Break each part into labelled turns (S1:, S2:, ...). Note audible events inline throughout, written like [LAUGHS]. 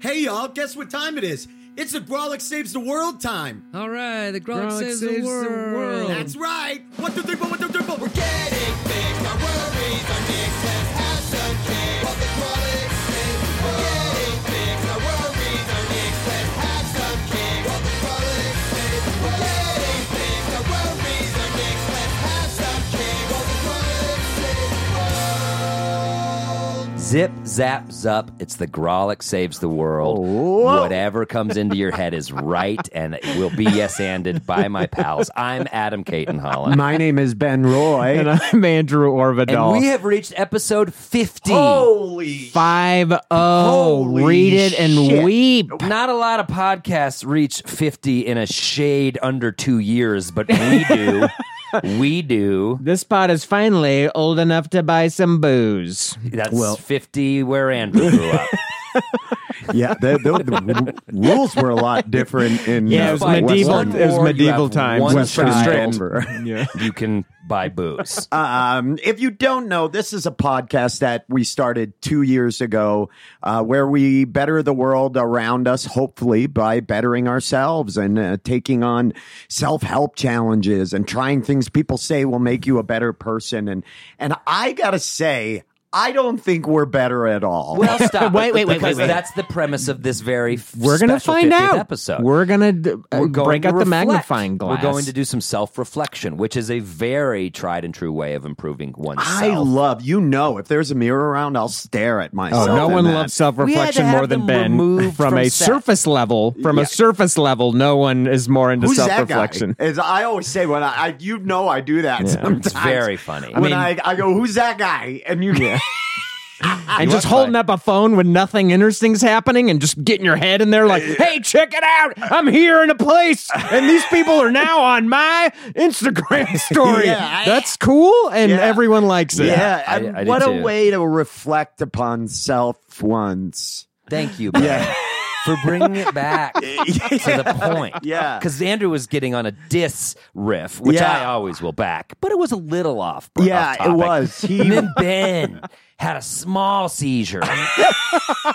S1: Hey y'all, guess what time it is? It's the Grolic Saves the World time.
S2: All right, the Grolic,
S3: Grolic saves
S2: saves, the
S3: the
S2: world. Oh.
S3: world.
S1: That's right. One, two, three, four, one, two, three, four. We're
S4: Zip, zap, zup. It's the Grolic saves the world. Whatever comes into your head is right and it will be yes anded by my pals. I'm Adam Caton Holland.
S3: My name is Ben Roy.
S2: And [LAUGHS] I'm Andrew
S4: and
S2: Orvidal.
S4: we have reached episode 50.
S2: Oh.
S1: Holy.
S2: Five oh,
S3: Holy
S2: read it and
S3: shit.
S2: weep.
S4: Not a lot of podcasts reach 50 in a shade under two years, but we
S2: [LAUGHS]
S4: do. we do.
S2: This pod is finally old enough to buy some booze.
S4: That's 50 where Andrew grew up.
S5: Yeah, the, the, the rules were a lot different in
S2: [LAUGHS] Yeah,
S5: uh,
S2: it was
S5: West
S2: medieval.
S4: One
S5: London.
S2: It was
S4: war, you
S2: medieval
S4: have
S2: times.
S4: one
S2: West
S4: child,
S5: Strict.
S2: Yeah.
S4: You can buy booze.
S5: Um, if you don't know, this is a podcast that we started two years ago, uh, where we better the world around us, hopefully by bettering ourselves and uh, taking on self help challenges and trying things people say will make you a better person. And and I gotta say, I don't think we're better at all.
S2: [LAUGHS]
S4: Well, stop.
S2: Wait, wait, wait,
S4: because
S2: wait, wait.
S4: That's the premise of this very. f-
S2: We're gonna
S4: special
S2: find
S4: 50th
S2: out.
S4: Episode.
S2: We're gonna d- uh,
S4: We're going
S2: break
S4: to
S2: out the
S4: reflect.
S2: magnifying glass.
S4: We're going to do some self-reflection, which is a very tried and true way of improving oneself.
S5: I love you know if there's a mirror around, I'll stare at
S2: Oh,
S5: myself.
S2: no
S5: in
S2: one
S5: that.
S2: loves self reflection
S4: We had to have
S2: more than
S4: them
S2: Ben. From,
S4: removed from
S2: a
S4: set.
S2: surface level, from a
S5: Yeah.
S2: surface level, no one is more into
S5: Who's
S2: self
S5: that guy? [LAUGHS]
S2: reflection.
S5: As I always say, when I, I you know I do that sometimes.
S4: It's very funny.
S5: When I, I, go, who's that guy? And you, [LAUGHS]
S2: And just holding up a phone when nothing interesting's happening and just getting your head in there like, hey, check it out. I'm here in a place. And these people are now on my
S5: [LAUGHS]
S2: Instagram story.
S5: Yeah, I-
S2: That's cool. And
S5: Yeah.
S2: everyone likes it.
S5: yeah.
S4: I-
S5: and
S4: I do
S5: what a
S4: too.
S5: way to reflect upon self
S4: [LAUGHS]
S5: once.
S4: Thank you, Ben, for bringing
S2: [LAUGHS]
S4: it back to the point.
S5: Yeah.
S4: because Andrew was getting on a diss riff, which
S5: Yeah.
S4: I always will back, but it was a little off.
S5: Yeah,
S4: off
S5: it
S4: topic.
S5: was. He-
S4: and
S5: [LAUGHS]
S4: then Ben had a small seizure,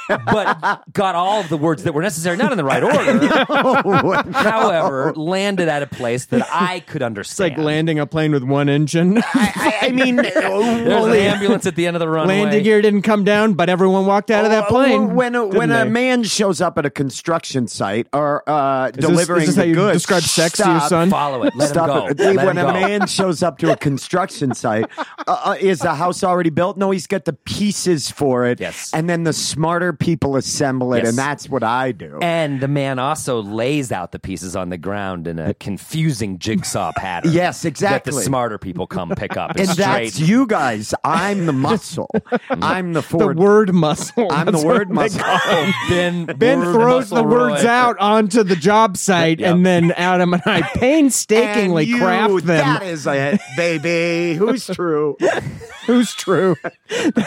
S4: but got all of the words that were necessary, not in the
S2: [LAUGHS]
S4: right order. However, landed at a place that I could
S2: It's like
S4: understand.
S2: landing a plane with one engine.
S5: I,
S2: [LAUGHS]
S5: I mean,
S4: There's an
S5: only-
S4: ambulance at the end of the runway.
S2: Landing gear didn't come down, but everyone walked out of that plane.
S5: Oh, When a, when
S2: didn't
S5: a
S2: they?
S5: man shows up at a construction site or uh,
S2: this-
S5: delivering
S2: is this
S5: the
S2: how you
S5: goods,
S2: describe sex to your
S5: stop,
S2: son?
S4: Follow it. Let
S5: Stop
S4: him
S5: it.
S4: go. Let
S5: when
S4: him
S5: a
S4: go.
S5: man shows up to a construction
S4: [LAUGHS]
S5: site, uh, uh, is the house already built? No, he's got the pieces for it.
S4: Yes.
S5: And then the smarter people assemble it,
S4: Yes.
S5: and that's what I do.
S4: And the man also lays out the pieces on the ground in a confusing jigsaw pattern.
S5: Yes,
S4: That the
S5: exactly.
S4: smarter people come pick up and,
S5: And
S4: straight.
S5: that's you guys. I'm
S4: [LAUGHS]
S5: the muscle. I'm the
S2: the
S5: forward.
S2: word muscle.
S5: I'm the
S2: [LAUGHS] That's
S5: word
S2: what they
S5: muscle.
S2: call it.
S4: Oh, Ben,
S2: Ben
S4: word
S2: throws the
S4: muscle
S2: words
S4: Roy.
S2: out onto the job site,
S4: Yeah.
S2: and then
S5: [LAUGHS]
S2: Adam and I painstakingly
S5: And you,
S2: craft them.
S5: That is it, baby. Who's
S4: [LAUGHS]
S5: true?
S2: [LAUGHS] Who's true?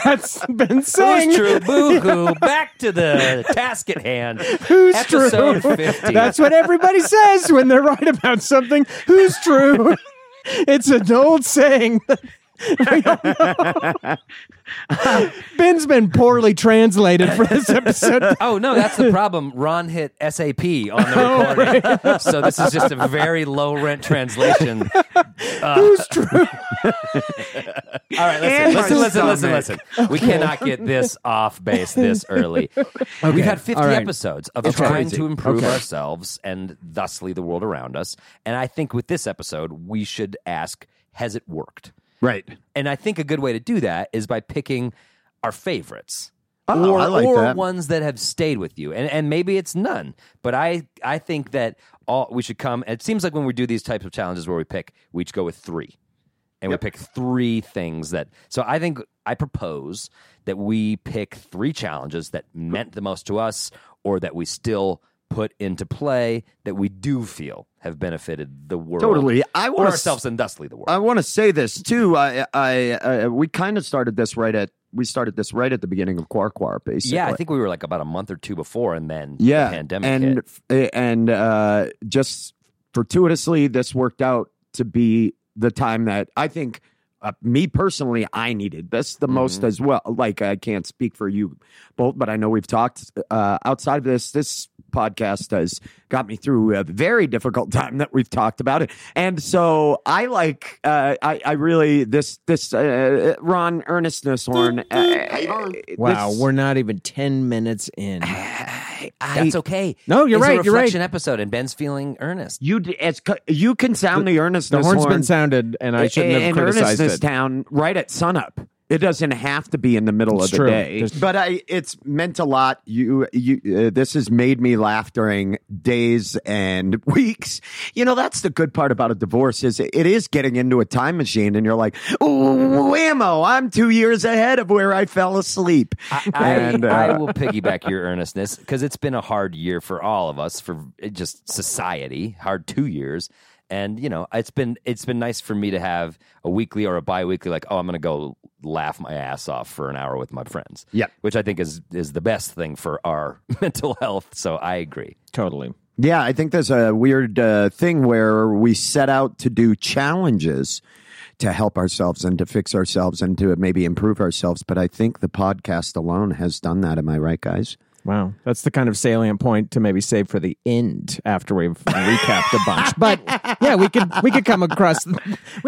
S2: That's been saying.
S4: Who's true? Boo hoo. Back to the task at hand.
S2: Who's
S4: Episode
S2: true?
S4: 50.
S2: That's what everybody says when they're right about something. Who's true? [LAUGHS] it's an old saying. [LAUGHS] that we all [LAUGHS] know. Ben's been poorly translated for this episode.
S4: Oh no, that's the problem. Ron hit SAP
S2: [LAUGHS]
S4: on
S2: Oh,
S4: the recording, so this is just a very low
S2: [LAUGHS]
S4: rent translation.
S2: Who's true?
S4: All right,
S5: And my
S4: listen, listen, listen, listen, listen. We cannot
S2: [LAUGHS]
S4: get this off base this early. We've had 50
S2: all right.
S4: episodes of trying
S2: crazy.
S4: to improve
S2: Okay.
S4: ourselves and thusly the world around us. And I think with this episode, we should ask, has it worked?
S5: Right.
S4: And I think a good way to do that is by picking our favorites.
S5: Oh,
S4: or
S5: I like
S4: or
S5: that.
S4: ones that have stayed with you. And and maybe it's none. But I I think that all we should come it seems like when we do these types of challenges where we pick, we each go with three. and we pick three things that. So I think I propose that we pick three challenges that meant the most to us, or that we still put into play that we do feel have benefited the world
S5: Totally. I
S4: or
S5: wanna s-
S4: ourselves and thusly the world.
S5: I want to say this too. I, I, uh, we kind of started this right at we started this right at the beginning of Quarkwar, basically.
S4: yeah, I think we were like about a month or two before, and then
S5: yeah,
S4: the pandemic
S5: and
S4: hit.
S5: f- eh, and uh, just fortuitously, this worked out to be the time that I think. Uh, me personally, I needed this the
S4: Mm-hmm.
S5: most as well. Like, I can't speak for you both, but I know we've talked uh, outside of this. This podcast has got me through a very difficult [LAUGHS] time that we've talked about it, and so I like. Uh, I I really this this uh, Ron Ernest Horn. Uh,
S2: [LAUGHS] Wow,
S5: this- [SIGHS]
S2: we're not even 10 minutes in.
S4: That's okay.
S2: No, you're
S4: It's a
S2: right, you're right.
S4: reflection episode, and Ben's feeling
S2: [LAUGHS]
S4: earnest.
S5: you d- as co- you can sound the,
S2: The
S5: earnestness
S2: horn's
S5: horn
S2: been sounded, and I shouldn't
S5: in
S2: have criticized
S5: earnestness
S2: it.
S5: town right at sunup. It doesn't have to be in the middle
S2: It's
S5: of the
S2: true.
S5: day,
S2: There's-
S5: but I it's meant a lot. You you uh, this has made me laugh during days and [LAUGHS] weeks. You know that's the good part about a divorce is it is getting into a time machine, and you're like, oh, whammo! I'm two years ahead of where I fell asleep.
S4: I,
S5: and, uh,
S4: I will piggyback your earnestness because it's been a hard year for all of us, for eh, just society, hard two years. And you know, it's been it's been nice for me to have a weekly or a bi-weekly like, oh, I'm going to go laugh my ass off for an hour with my friends.
S5: Yep.
S4: which I think is is the best thing for our [LAUGHS] mental health. So I agree.
S2: Totally.
S5: Yeah, I think there's a weird uh, thing where we set out to do challenges to help ourselves and to fix ourselves and to maybe improve ourselves. But I think the podcast alone has done that. Am I right, guys?
S2: Wow. That's the kind of salient point to maybe save for the end after
S4: [LAUGHS]
S2: we've recapped a bunch. But yeah, we could we could come across we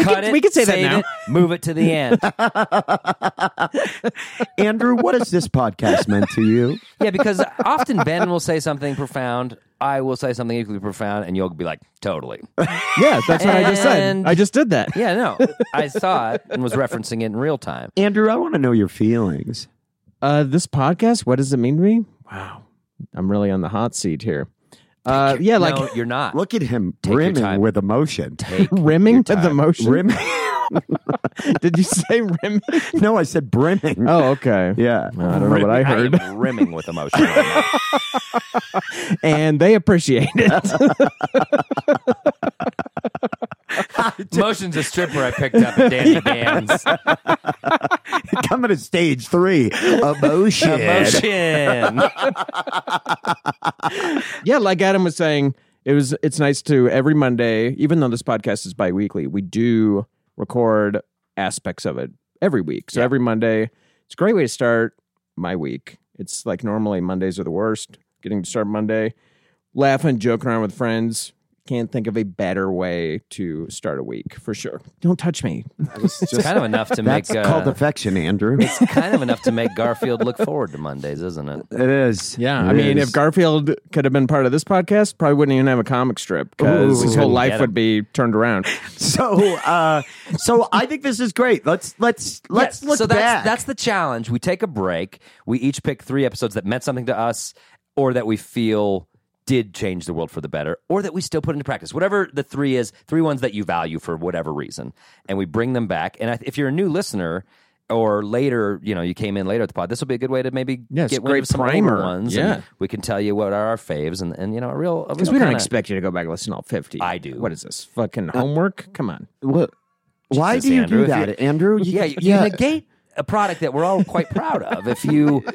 S4: Cut
S2: could
S4: it.
S2: we could say that
S4: save
S2: now.
S4: it, move it to the end.
S5: Andrew, what has this podcast meant to you?
S4: yeah, because often Ben will say something profound. I will say something equally profound, and you'll be like, totally.
S2: Yeah, that's what I just said.
S4: And-
S2: I just did that.
S4: Yeah, no, I saw it and was referencing it in real time.
S5: Andrew, I want to know your feelings.
S2: Uh, this podcast, what does it mean to me? Wow. I'm really on the hot seat here. Uh, yeah, like [LAUGHS]
S4: no, you're not.
S5: Look at him
S4: your
S5: brimming
S4: time.
S5: with emotion.
S2: rimming to the motion.
S5: Brim-
S2: [LAUGHS] Did you say
S4: [LAUGHS]
S2: rimming?
S5: [LAUGHS] no, I said brimming.
S2: Oh, okay.
S5: Yeah.
S2: Well, I don't know what I heard.
S4: I am rimming with emotion. right now.
S2: and they appreciate
S4: [LAUGHS]
S2: it.
S4: Emotion's a stripper I picked up at [LAUGHS] Danny Dan's.
S5: [LAUGHS] Coming to stage
S2: [LAUGHS]
S5: three, emotion.
S4: Emotion.
S2: yeah, like Adam was saying, it was it's nice to every Monday, even though this podcast is bi-weekly, we do record aspects of it every week. So every Monday, it's a great way to start my week. It's like normally Mondays are the worst. Getting to start Monday, laughing, joking around with friends. Can't think of a better way to start a week for sure. Don't touch me.
S4: It's kind of enough to make
S5: That's called
S4: uh,
S5: affection, Andrew.
S4: it's kind of enough to make Garfield look forward to Mondays, isn't it?
S5: It is.
S2: Yeah,
S5: It
S2: I mean,
S5: is.
S2: if Garfield could have been part of this podcast, probably wouldn't even have a comic strip because
S5: Ooh.
S2: his whole
S5: Couldn't
S2: life
S4: get
S2: would be turned around.
S5: So, uh, so I think this is great. Let's let's let's
S4: Yes,
S5: look
S4: so that's
S5: back.
S4: that's the challenge. We take a break. We each pick three episodes that meant something to us, or that we feel did change the world for the better, or that we still put into practice. Whatever the three is, three ones that you value for whatever reason, and we bring them back. And I- if you're a new listener. Or later, you know, you came in later at the pod. This will be a good way to maybe
S2: Yes,
S4: get rid
S2: great
S4: of some
S2: primer.
S4: older ones.
S2: Yeah.
S4: and we can tell you what are our faves, and, and you know, a real
S2: Because we don't
S4: kinda-
S2: expect you to go back and listen to all 50.
S4: I do.
S2: What is this? Fucking homework? Come on.
S5: Wha- why
S4: Jesus,
S5: do you
S4: Andrew,
S5: do
S4: if
S5: that, Andrew? You-
S4: yeah, you, you negate a product that we're all quite proud of. If you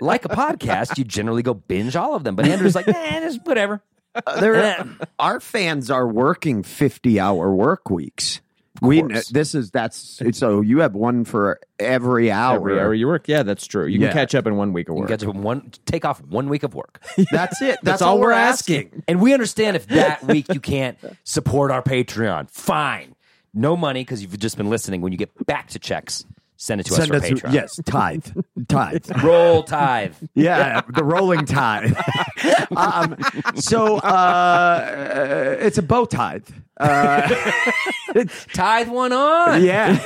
S4: like a podcast, you generally go binge all of them. But Andrew's like, eh, just whatever.
S5: [LAUGHS] There- our fans are working fifty-hour work weeks. We
S4: course.
S5: this is that's so you have one for every hour.
S2: Every hour you work? Yeah, that's true. You
S5: Yeah.
S2: can catch up in one week of
S4: You
S2: work.
S4: get to one take off one week
S5: [LAUGHS]
S4: of work,
S5: That's it. That's,
S2: all we're asking.
S4: and we understand if that week you can't support our Patreon. Fine, no money because you've just been listening. When you get back to checks, send it to
S5: Send
S4: us
S5: us
S4: for Patreon.
S5: yes, [LAUGHS] tithe, tithe.
S4: roll tithe.
S5: [LAUGHS] Yeah, the rolling tithe. um, so uh, it's a bow tithe.
S4: Tithe one on.
S2: [LAUGHS]
S5: Yeah.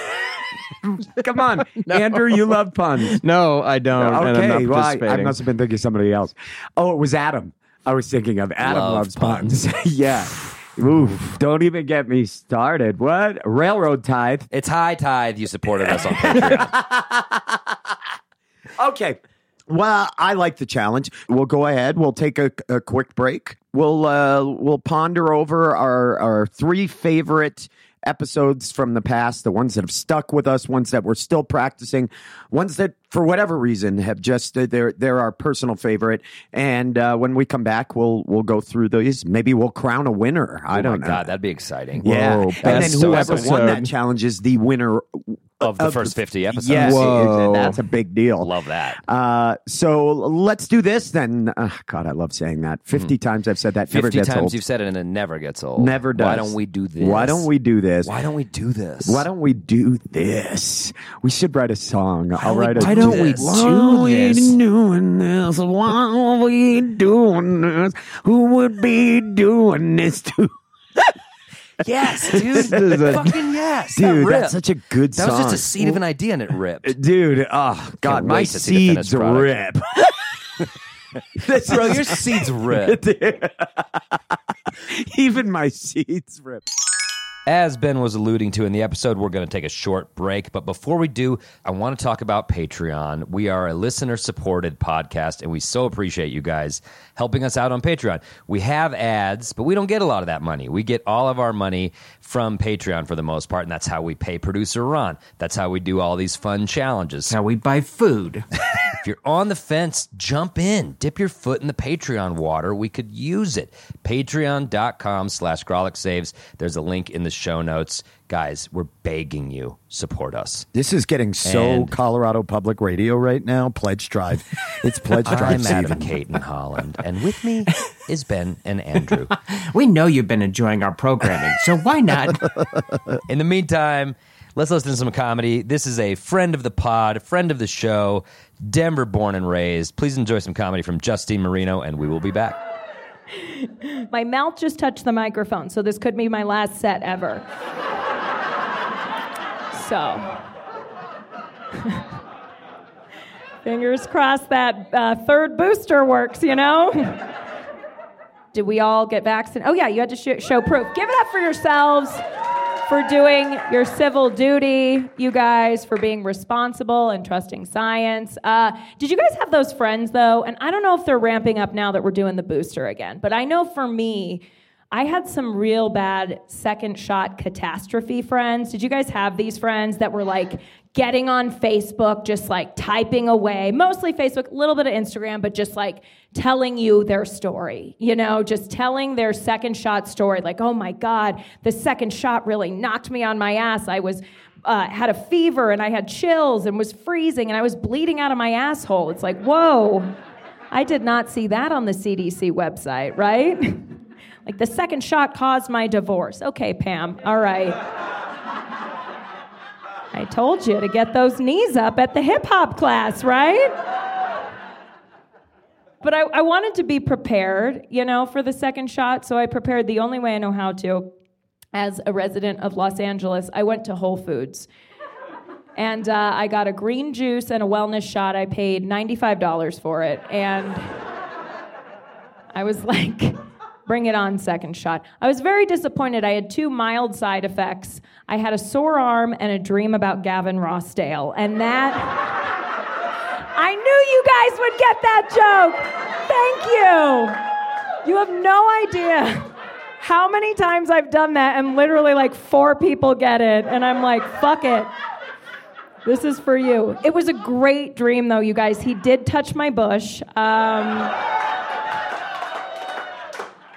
S5: Come on, Andrew. You love puns.
S2: no, I don't. [LAUGHS] and I'm
S5: Okay,
S2: not
S5: well, I, I
S2: participating.
S5: must have been thinking of somebody else. Oh, it was Adam. I was thinking of Adam
S2: [SIGHS]
S4: Love
S5: loves puns. [LAUGHS] yeah,
S3: Oof, don't even get me started. What? Railroad tithe.
S4: It's high tithe you supported us on Patreon.
S5: Okay. Well, I like the challenge. We'll go ahead. We'll take a, a quick break. We'll uh, we'll ponder over our our three favorite episodes from the past, the ones that have stuck with us, ones that we're still practicing, ones that for whatever reason have just uh, they're they're our personal favorite. And uh, when we come back, we'll we'll go through these. Maybe we'll crown a winner. [LAUGHS] I
S4: Oh my
S5: don't know.
S4: God, that'd be exciting.
S5: Yeah,
S3: Whoa,
S5: and then
S3: best
S5: whoever won
S3: episode.
S5: that challenge is the winner
S4: Of the first 50 episodes.
S5: Yes,
S3: Whoa.
S5: that's a big deal.
S4: Love that.
S5: Uh, so let's do this then. Uh, God, I love saying that. 50 times I've said that. Never
S4: 50
S5: gets
S4: Hmm. times
S5: old.
S4: you've said it and it never gets old.
S5: Never does.
S4: Why don't we do this?
S5: Why don't we do this?
S4: Why don't we do this?
S5: Why don't we do this? We should write a song. I'll
S4: don't we
S5: write a.
S4: do Why don't we this? do this?
S5: doing this? Why are we doing this? Who would be doing this to?
S4: [LAUGHS]
S5: [LAUGHS]
S4: Yes, dude.
S3: is a-
S4: Fucking yes. That
S5: Dude,
S4: ripped.
S5: that's such a good
S4: That
S5: song.
S4: was just a seed of an idea and it ripped.
S5: Dude, oh God, my
S4: wait to see the
S5: seeds
S4: finished
S5: rip. [LAUGHS]
S4: product.
S5: This
S4: Bro,
S5: is- [LAUGHS]
S4: your seeds ripped.
S5: even my seeds rip.
S4: As Ben was alluding to in the episode, we're going to take a short break. But before we do, I want to talk about Patreon. We are a listener supported podcast, and we so appreciate you guys helping us out on Patreon. We have ads, but we don't get a lot of that money. We get all of our money from Patreon for the most part, and that's how we pay producer Ron. That's how we do all these fun challenges.
S6: Now we buy food.
S4: If you're on the fence, jump in. Dip your foot in the Patreon water. We could use it. Patreon.com slash Grolic Saves. There's a link in the show notes. Guys, we're begging you. Support us.
S7: This is getting so
S4: And-
S7: Colorado Public Radio right now. Pledge Drive. It's Pledge [LAUGHS] Drive
S4: I'm
S7: season.
S4: Adam Caton Holland, and with me is Ben and Andrew.
S6: We know you've been enjoying our programming, so why
S2: [LAUGHS]
S6: not?
S4: In the meantime, let's listen to some comedy. This is a friend of the pod, friend of the show, Denver born and raised. Please enjoy some comedy from Justine Marino, and we will be back.
S8: My mouth just touched the microphone, so this could be my last set ever. so. [LAUGHS] Fingers crossed that uh, third booster works, you know? [LAUGHS] Did we all get vaccinated? Oh, yeah, you had to sh- show proof. Give it up for yourselves for doing your civil duty, you guys, for being responsible and trusting science. Uh, did you guys have those friends, though? And I don't know if they're ramping up now that we're doing the booster again, but I know for me, I had some real bad second shot catastrophe friends. Did you guys have these friends that were like getting on Facebook, just like typing away, mostly Facebook, a little bit of Instagram, but just like telling you their story, you know, just telling their second shot story. Like, oh my God, the second shot really knocked me on my ass. I was. Uh, had a fever and I had chills and was freezing and I was bleeding out of my asshole. It's like, whoa, I did not see that on the CDC website, right? [LAUGHS] like the second shot caused my divorce. Okay, Pam, all right. I told you to get those knees up at the hip hop class, right? But I, I wanted to be prepared, you know, for the second shot, so I prepared the only way I know how to. As a resident of Los Angeles, I went to Whole Foods and uh, I got a green juice and a wellness shot. I paid $95 for it. And I was like, bring it on, second shot. I was very disappointed. I had two mild side effects I had a sore arm and a dream about Gavin Rossdale. And that, [LAUGHS] I knew you guys would get that joke. Thank you. You have no idea. How many times I've done that, and literally like four people get it, and I'm like, fuck it. This is for you. It was a great dream, though, you guys. He did touch my bush. Um,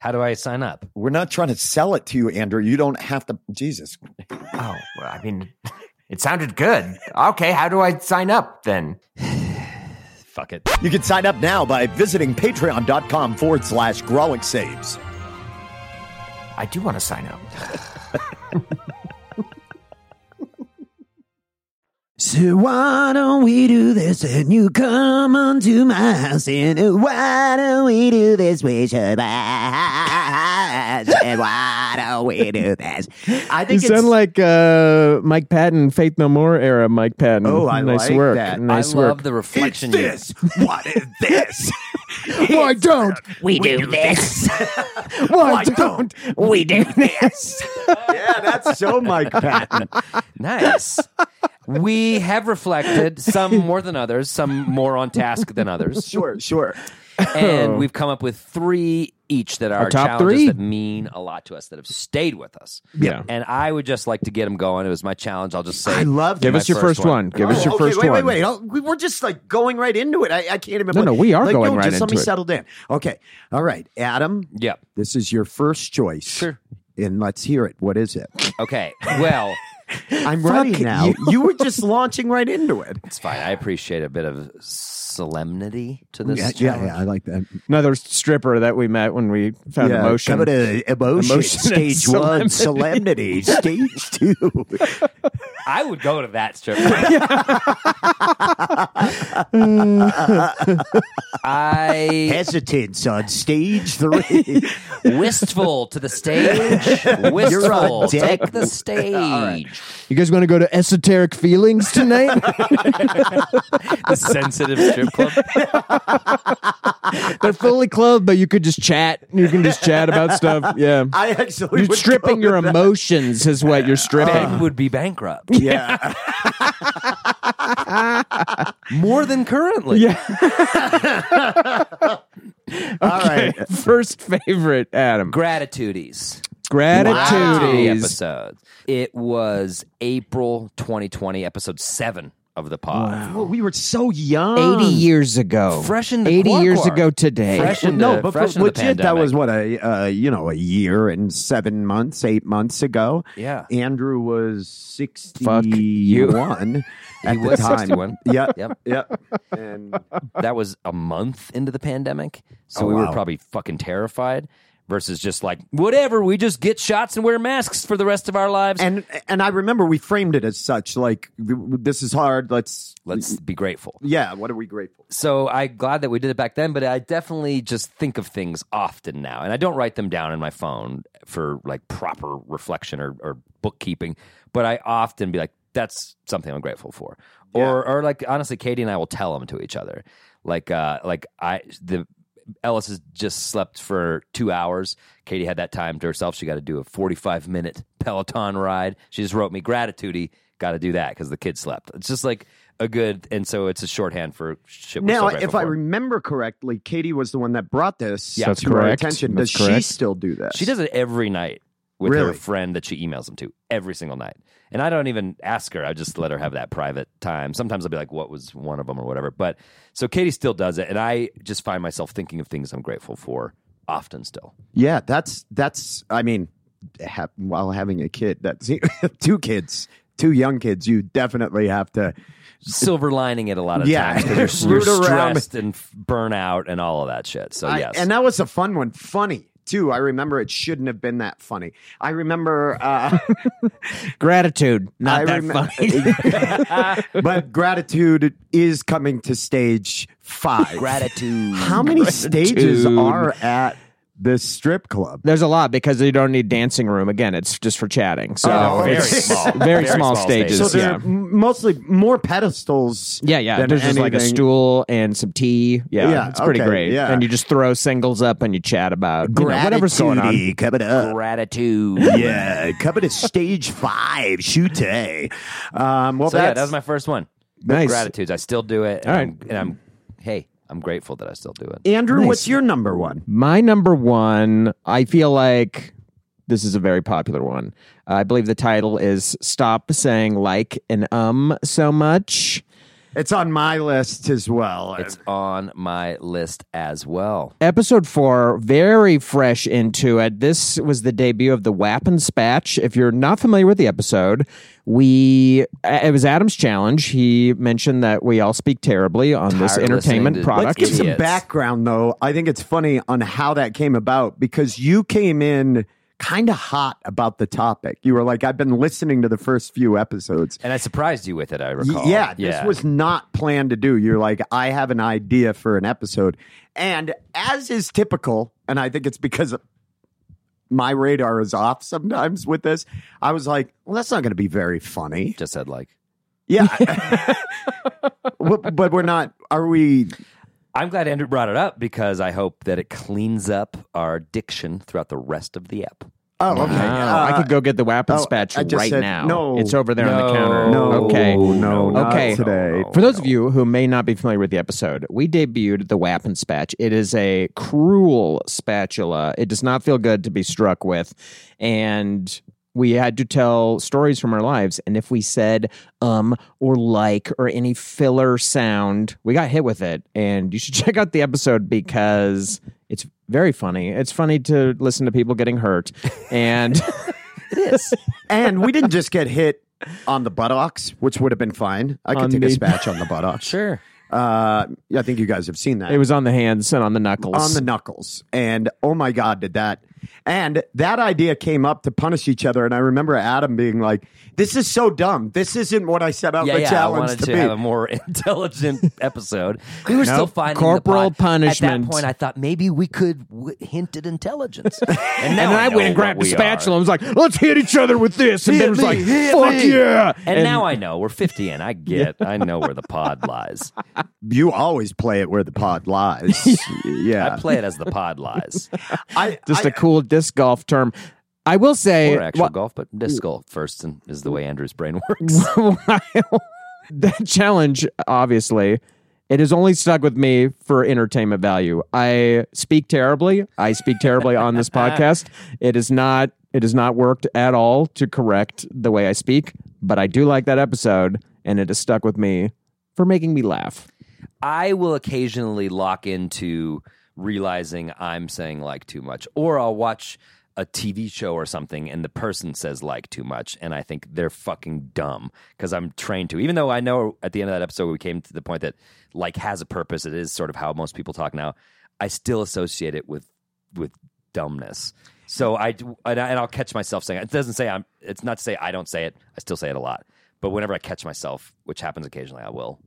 S4: How do I sign up?
S7: We're not trying to sell it to you, Andrew. You don't have to. Jesus.
S6: Oh, well, I mean, [LAUGHS] it sounded good. Okay, how do I sign up then?
S4: [SIGHS] Fuck it.
S7: You can sign up now by visiting patreon.com forward slash Grolic Saves.
S6: I do want to sign up.
S5: So why don't we do this and you come onto my house and uh, why don't we do this? We should buy and why don't we do this? I
S2: You
S5: think it's
S2: sound like uh, Mike Patton, Faith No More era Mike Patton.
S5: Oh, I
S2: nice
S5: like
S2: work.
S5: that.
S2: Nice
S4: I
S2: work.
S4: love the reflection. you-
S5: this. What is [LAUGHS] this?
S2: Why don't?
S5: we do this. [LAUGHS]
S2: Why don't?
S5: we do this. [LAUGHS] yeah, that's so Mike [LAUGHS] Patton.
S4: [LAUGHS] Nice. we have reflected some more than others, some more on task than others,
S5: Sure, sure.
S4: and we've come up with three each that are
S2: Our top
S4: challenges
S2: three?
S4: that mean a lot to us that have stayed with us.
S2: Yeah.
S4: And I would just like to get them going. It was my challenge. I'll just say,
S5: I love
S2: Give
S4: My
S5: that.
S2: us your
S4: first
S2: first
S4: one.
S2: one. Give us
S5: Oh,
S2: your
S5: okay,
S2: first
S5: wait,
S2: one.
S5: Wait, wait, Oh, we- We're just like going right into it. I, I can't even.
S2: No, no, we are
S5: like,
S2: going
S5: no,
S2: right
S5: just Let
S2: into
S5: me
S2: it.
S5: settle down. Okay. All right, Adam.
S4: yeah,
S5: This is your first choice.
S4: Sure.
S5: And let's hear it. What is [LAUGHS] it?
S4: okay, well,
S5: I'm ready now. [LAUGHS] You. were just launching right into it.
S4: it's fine. I appreciate a bit of solemnity to this.
S5: Yeah, yeah,
S4: challenge.
S5: yeah, I like that.
S2: Another stripper that we met when we found
S5: yeah,
S2: emotion.
S5: Coming to emotion,
S2: Emotion and
S5: stage one,
S2: [LAUGHS]
S5: solemnity, stage two.
S4: I would go to that
S5: [LAUGHS]
S4: strip. club. I
S5: Hesitance on stage three.
S4: wistful to the stage.
S5: [LAUGHS]
S4: Wistful.
S5: dick.
S4: Take the stage.
S2: You guys want to go to esoteric feelings tonight? [LAUGHS]
S4: The sensitive strip club.
S2: They're fully clothed, but you could just chat. You can just chat about
S5: [LAUGHS]
S2: stuff. Yeah.
S5: [LAUGHS] I actually
S2: You're
S5: would
S2: stripping
S5: go
S2: your
S5: with that. Oh.
S2: emotions, is what you're stripping.
S4: Ben would be bankrupt.
S2: [LAUGHS]
S5: Yeah,
S4: More than currently.
S2: Yeah.
S5: all right.
S2: First favorite, Adam.
S4: Gratitudes. Gratitude
S2: Gratitudes.
S4: episodes. It was April 2020, episode seven of the pod.
S5: Well, we were so young.
S2: 80 years ago.
S4: Fresh in the
S2: 80
S4: quar
S2: years
S4: quar.
S2: ago today.
S4: Fresh in
S5: no,
S4: the,
S5: but
S4: fresh
S5: for,
S4: in the
S5: legit, that
S4: pandemic.
S5: was what a uh, you know a year and seven months, eight months ago.
S4: Yeah.
S5: Andrew was
S2: [LAUGHS]
S5: sixty-one at the
S4: was
S5: time.
S4: 61.
S5: Yep,
S4: Yep.
S5: yep. And
S4: that was a month into the pandemic. So we were probably fucking terrified versus just like, whatever, we just get shots and wear masks for the rest of our lives.
S5: and and I remember we framed it as such, like this is hard. Let's
S4: Let's be grateful.
S5: yeah. What are we grateful?
S4: So I'm glad that we did it back then, but I definitely just think of things often now. And I don't write them down in my phone for like proper reflection or, or bookkeeping, but I often be like, that's something I'm grateful for. Or, or like, honestly, Katie and I will tell them to each other. Like, uh, like I, the, Ellis has just slept for two hours. Katie had that time to herself. She got to do a 45 minute [LAUGHS] Peloton ride. She just wrote me gratitude. Got to do that because the kid slept. It's just like a good, and so it's a shorthand for shit. we're
S5: Now,
S4: so
S5: if
S4: grateful
S5: I
S4: for.
S5: remember correctly, Katie was the one that brought this
S4: Yeah.
S2: That's
S5: to our
S2: correct.
S5: attention.
S2: That's
S5: Does she
S2: correct.
S5: still do this?
S4: she does it every night with her
S5: Really?
S4: friend that she emails them to every single night. And I don't even ask her. I just let her have that private time. Sometimes I'll be like, "What was one of them?" or whatever. But so Katie still does it, and I just find myself thinking of things I'm grateful for often still.
S5: Yeah, that's that's. I mean, ha- while having a kid, that's [LAUGHS] two kids, two young kids. You definitely have to.
S4: silver lining it a lot of
S5: Yeah.
S4: times
S5: [LAUGHS]
S4: 'cause you're,
S5: Root
S4: you're
S5: around.
S4: stressed and f- burnout and all of that shit.
S2: Oh,
S4: So
S5: I-
S4: yes,
S5: and that was a fun one. Funny too. I remember it shouldn't have been that funny. I remember. Uh, [LAUGHS]
S2: Gratitude. Not
S5: I
S2: that
S5: remem- [LAUGHS]
S2: funny.
S5: but gratitude is coming to stage five.
S4: gratitude.
S5: How many stages are at this strip club?
S2: There's a lot because you don't need dancing room. Again, it's just for chatting. So
S5: Oh,
S4: very
S2: it's
S4: small.
S2: very,
S4: Very
S2: small,
S4: small
S2: stages.
S4: stages.
S5: So they're
S2: yeah.
S5: m- mostly more pedestals.
S2: Yeah, yeah.
S5: than
S2: There's just like a
S5: anything.
S2: stool and some tea. Yeah,
S5: Yeah,
S2: it's pretty
S5: okay,
S2: great.
S5: yeah.
S2: And you just throw singles up and you chat about you know, whatever's going on.
S5: Gratitude-y coming up.
S4: gratitude?
S5: Yeah, coming to [LAUGHS] stage five, shoot day. Um, well,
S4: So yeah,
S5: that's,
S4: that was my first one.
S2: Nice.
S4: Gratitudes. I still do it. And,
S2: All
S4: I'm, and I'm hey, I'm grateful that I still do it.
S5: Andrew. What's your number one?
S2: My number one, I feel like this is a very popular one. I believe the title is Stop Saying Like and Um So Much.
S5: It's on my list as well.
S4: It's on my list as well.
S2: Episode four, very fresh into it. This was the debut of the Wap and Spatch. If you're not familiar with the episode, we uh, it was Adam's challenge. He mentioned that we all speak terribly on this
S4: Tired of listening
S2: entertainment
S4: to-
S5: Let's
S2: product.
S5: give some
S4: Idiots.
S5: background, though. I think it's funny on how that came about because you came in kind of hot about the topic. You were like, I've been listening to the first few episodes.
S4: And I surprised you with it, I
S5: Y-
S4: recall.
S5: Yeah, this was not planned to do. You're like, I have an idea for an episode. And as is typical, and I think it's because my radar is off sometimes with this, I was like, well, that's not going to be very funny.
S4: just said like
S5: Yeah. [LAUGHS] but, but we're not, are we?
S4: I'm glad Andrew brought it up because I hope that it cleans up our diction throughout the rest of the app.
S5: Oh, okay.
S2: Wow, I
S5: Uh,
S2: could go get the weapons
S5: oh,
S2: spatula
S5: I just
S2: right
S5: said
S2: now.
S5: no.
S2: It's over there on the
S4: No.
S2: counter.
S5: no,
S2: Okay.
S5: no, not
S2: Okay.
S5: today.
S2: For those of you who may not be familiar with the episode, we debuted the Wappen Spatch. It is a cruel spatula. It does not feel good to be struck with. And we had to tell stories from our lives. And if we said um or like or any filler sound, we got hit with it. And you should [LAUGHS] check out the episode because it's very funny. It's funny to listen to people getting hurt.
S5: [LAUGHS]
S2: And
S5: and we didn't just get hit on the buttocks, which would have been fine. I could
S2: On
S5: take a
S2: the-
S5: spatch on the buttocks.
S4: Sure.
S5: Uh, I think you guys have seen that.
S2: [LAUGHS] it was on the hands and on the knuckles.
S5: on the knuckles. And oh my God, did that. And that idea came up to punish each other. And I remember Adam being like, this is so dumb. This isn't what I set out
S4: yeah,
S5: the
S4: yeah. I
S5: challenge
S4: wanted
S5: to,
S4: to,
S5: be.
S4: have a more
S2: [LAUGHS]
S4: [LAUGHS] intelligent episode. We were still finding the
S2: corporal
S4: pot. At
S2: punishment.
S4: that point, I thought maybe we could w- hint at intelligence. and, now
S2: [LAUGHS] And then I,
S4: know
S2: went and
S4: what
S2: grabbed a
S4: we are.
S2: spatula and was like, let's hit each other with this. And
S4: Hit
S2: then it was
S4: me,
S2: like,
S4: hit
S2: fuck
S4: me.
S2: yeah.
S4: And, now I know we're
S2: [LAUGHS]
S4: 50 and I get, I know where the pod lies.
S5: you always play it where the pod
S4: [LAUGHS]
S5: lies. yeah.
S4: I play it as the
S2: [LAUGHS]
S4: pod lies.
S5: I,
S2: Just
S5: I-
S2: a cool disc golf term. I will say,
S4: Or actual
S2: wh-
S4: golf, but disc golf first and is the way Andrew's brain works.
S2: [LAUGHS] while that challenge, obviously, it has only stuck with me for entertainment value. I speak terribly. I speak terribly on this
S4: [LAUGHS]
S2: podcast. It is not. It has not worked at all to correct the way I speak, but I do like that episode, and it has stuck with me for making me laugh.
S4: I will occasionally lock into realizing I'm saying like too much, or I'll watch a TV show or something and the person says like too much, and I think they're fucking dumb because I'm trained to. Even though I know at the end of that episode we came to the point that like has a purpose, it is sort of how most people talk now. I still associate it with with dumbness. So I do- and, I, and I'll catch myself saying it. Doesn't say I'm. It's not to say I don't say it. I still say it a lot. But whenever I catch myself, which happens occasionally, I will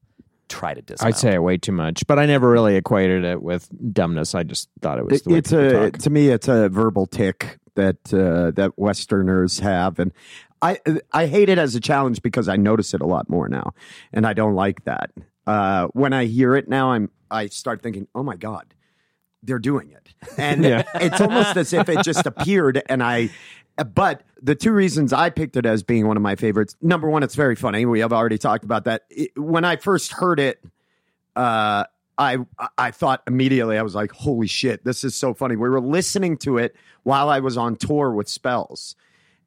S4: try to dismount.
S2: I'd say it way too much, but I never really equated it with dumbness. I just thought it was the way
S5: it's
S2: people
S5: a
S2: talk.
S5: to me it's a verbal tick that uh, that Westerners have, and I I hate it as a challenge because I notice it a lot more now, and I don't like that. Uh, when I hear it now, I'm I start thinking, oh my god, they're doing it, and
S2: [LAUGHS] Yeah.
S5: it's almost as if it just appeared, and I. But the two reasons I picked it as being one of my favorites. Number one, it's very funny. We have already talked about that. It- when I first heard it, uh, I I thought immediately I was like, "Holy shit, this is so funny." We were listening to it while I was on tour with Spells,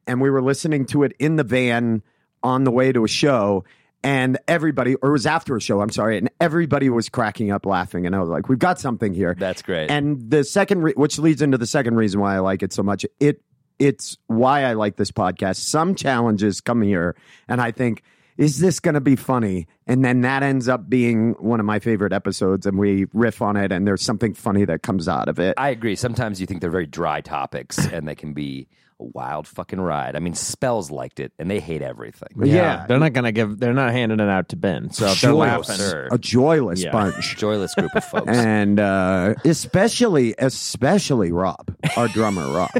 S5: and we were listening to it in the van on the way to a show. And everybody, or it was after a show, I'm sorry, and everybody was cracking up laughing. And I was like, we've got something here.
S4: That's great.
S5: And the second, re- which leads into the second reason why I like it so much, it it's why I like this podcast. Some challenges come here, and I think, is this going to be funny? And then that ends up being one of my favorite episodes, and we riff on it, and there's something funny that comes out of it.
S4: I agree. Sometimes you think they're very dry topics and they can be a wild fucking ride. I mean, spells liked it and they hate everything.
S5: yeah.
S2: they're not gonna give. They're not handing it out to Ben. So if they're laughing,
S4: sir.
S5: a joyless
S2: Yeah.
S5: bunch.
S4: [LAUGHS] Joyless group of folks.
S5: and uh, especially especially Rob, our drummer
S4: [LAUGHS]
S5: Rob,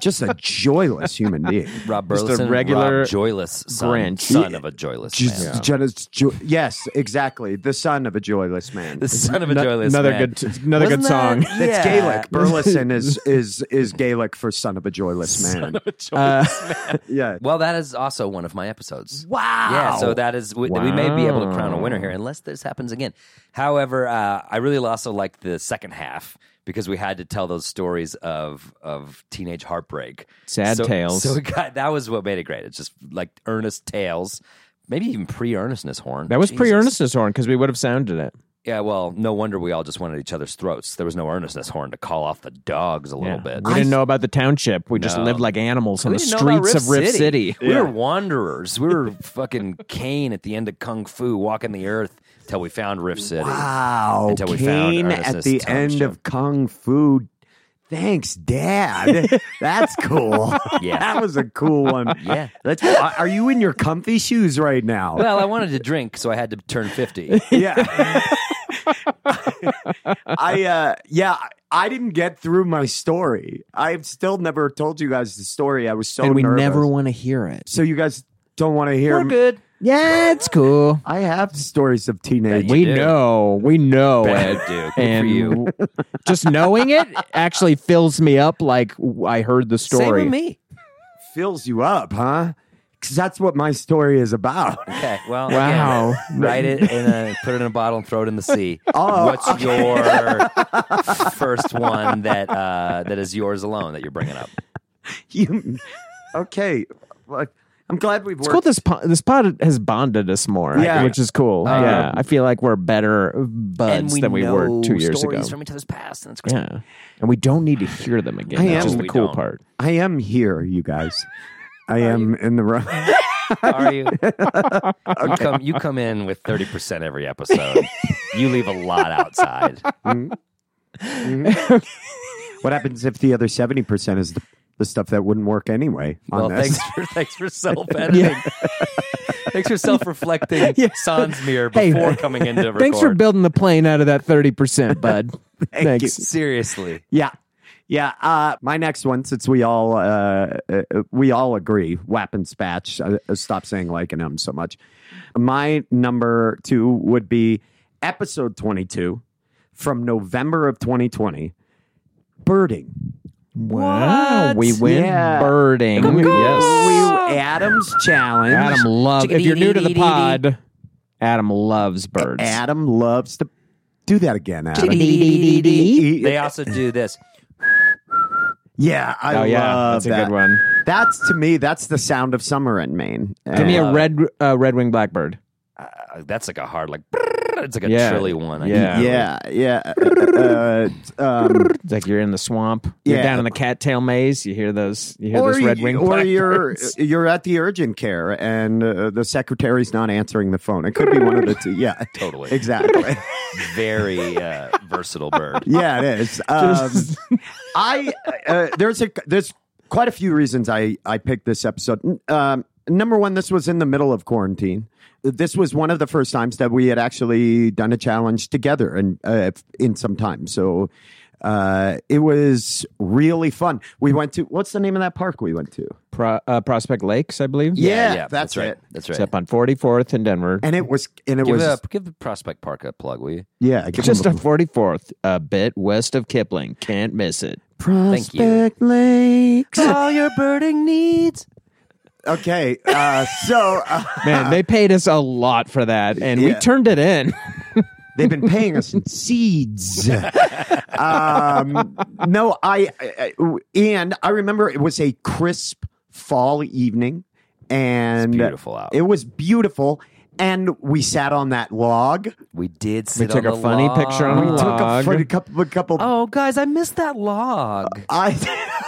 S5: just a joyless human being.
S4: Rob
S2: Just a
S4: Burleson,
S2: regular
S4: Rob joyless son,
S2: Grinch.
S4: son of a joyless
S5: Just,
S2: [LAUGHS]
S4: man.
S5: just jo- yes, exactly. The son of a joyless man.
S4: The son of a joyless
S2: another
S4: man.
S2: good, another good song.
S4: [LAUGHS] Wasn't that-
S5: That's
S4: yeah.
S5: Gaelic. Burleson is is is Gaelic for son of a joyless man. Uh, [LAUGHS] yeah.
S4: Well, that is also one of my episodes. Wow. Yeah, so that is, we, we may be able to crown a winner here unless this happens again. However, uh, I really also liked the second half because we had to tell those stories of of teenage heartbreak.
S2: Sad
S4: So-
S2: tales.
S4: So it got, that was what made it great. It's just like earnest tales. Maybe even pre-earnestness horn.
S2: That was
S4: Jesus.
S2: pre earnestness horn because we would have sounded it.
S4: Yeah, well, no wonder we all just went at each other's throats. There was no earnestness horn to call off the dogs a little bit.
S2: We didn't know about the township. We just lived like animals on
S4: We
S2: the
S4: didn't know about
S2: streets of Rift City.
S4: [LAUGHS] We were wanderers. We were [LAUGHS] fucking Cain at the end of Kung Fu, walking the earth till we found Rift City.
S5: Wow.
S4: Until we found
S5: Kane
S4: Ernest's
S5: at the end
S4: township.
S5: of Kung Fu. Thanks,
S4: [LAUGHS]
S5: Dad. That's cool.
S4: Yeah.
S5: [LAUGHS] that was a cool one.
S4: Yeah.
S5: Let's. Are you in your comfy shoes right now?
S4: Well, I wanted to drink, so I had to turn 50.
S5: yeah.
S2: [LAUGHS]
S5: I uh yeah, I didn't get through my story. I've still never told you guys the story. I was so
S2: and we
S5: nervous.
S2: never want to hear it.
S5: so you guys don't want to hear
S4: We're good.
S2: Yeah, it's cool.
S5: I have stories of teenage.
S2: we
S4: do.
S2: know, we know
S4: Bad
S2: it,
S4: dude. Good for
S2: and
S4: you.
S2: just knowing it actually fills me up. Like I heard the story.
S4: Same with me.
S5: fills you up, huh? Cuz that's what my story is about. [LAUGHS]
S4: Okay. Well,
S2: Wow.
S4: again, write it in a put it in a bottle and throw it in the sea.
S5: Oh,
S4: What's your first one that uh, that is yours alone that you're bringing up?
S5: You Okay. Look, I'm glad we've
S2: It's
S5: worked
S2: cool. This pod, this pod has bonded us more,
S5: Yeah. Um,
S2: which is cool. yeah, I feel like we're better buds than we were
S4: know
S2: two years ago.
S4: stories from each other's past, and it's great.
S2: yeah, and we don't need to hear them again.
S5: I
S2: That's
S5: am-
S2: just
S4: We
S2: the cool
S4: don't.
S2: part.
S5: I am here, you guys. I am in the room. [LAUGHS]
S4: Are you? You come you come in with thirty percent every episode. you leave a lot outside.
S5: what happens if the other 70% is the, the stuff that wouldn't work anyway on
S4: Well,
S5: this?
S4: thanks for thanks for self editing. thanks for self reflecting sans mirror
S2: Hey,
S4: before coming into record.
S2: Thanks for building the plane out of that thirty [LAUGHS] percent, bud.
S5: Thank you.
S2: Thanks.
S4: seriously.
S5: Yeah. Yeah. Uh, my next one, since we all uh, uh, we all agree, Wap and Spatch. Uh, uh, stop saying liking them so much. My number two would be episode twenty-two from November of 2020. Birding.
S2: Wow, we went
S5: Yeah.
S2: birding. Yes,
S5: We Adam's challenge.
S2: Adam loves. If you're new to the pod, Adam loves birds.
S5: Adam loves to do that again. Adam.
S4: They also do this.
S5: Yeah, I
S2: Oh yeah,
S5: love
S2: that's a
S5: that.
S2: good one.
S5: That's to me. That's the sound of summer in Maine.
S2: Give me
S5: And-
S2: a red uh, red winged blackbird.
S4: Uh, that's like a hard like. It's like a
S2: Yeah.
S4: trilly one. I
S2: Yeah.
S5: yeah, yeah.
S2: [LAUGHS]
S5: Uh, um,
S2: It's like you're in the swamp. You're
S5: Yeah.
S2: down in the cattail maze. You hear those. You hear
S5: or
S2: this red
S5: you-
S2: wing.
S5: or you're you're at the urgent care and uh, the secretary's not answering the phone. It could be one of the two. Yeah, [LAUGHS]
S4: Totally.
S5: exactly.
S4: Very uh, versatile bird.
S5: yeah, it is. Um, I uh, there's a there's quite a few reasons I I picked this episode. N- Um, number one, this was in the middle of quarantine. This was one of the first times that we had actually done a challenge together and uh, in some time. So. Uh, it was really fun. We went to what's the name of that park we went to?
S2: [LAUGHS] Pro, uh, Prospect Lakes, I
S5: [LAUGHS]
S2: believe.
S5: Yeah, that's,
S4: right.
S5: it.
S4: That's
S2: It's
S4: right.
S2: up on 44th in Denver.
S5: And it was, and it
S4: Give
S5: was,
S4: a, give the Prospect Park a plug, will you?
S5: yeah, give [LAUGHS]
S2: Just
S5: him
S2: on 44th, a bit west of Kipling. Can't
S5: [LAUGHS]
S2: miss it.
S4: Thank you.
S5: Prospect Lakes.
S4: All your birding needs.
S5: Okay, uh, so uh,
S2: Man, they paid us a lot for that, and we
S5: Yeah.
S2: turned it in.
S5: They've been paying us in seeds. um, no, I, I I- and I remember it was a crisp fall evening, and
S4: It's beautiful out.
S5: It was beautiful, and we sat on that log.
S4: We did. Sit
S2: We took
S4: on
S2: a
S4: the
S2: funny
S4: log.
S2: picture on the
S5: Took a,
S2: log.
S5: fun- a couple, a couple.
S4: Oh, guys, I missed that log.
S5: I,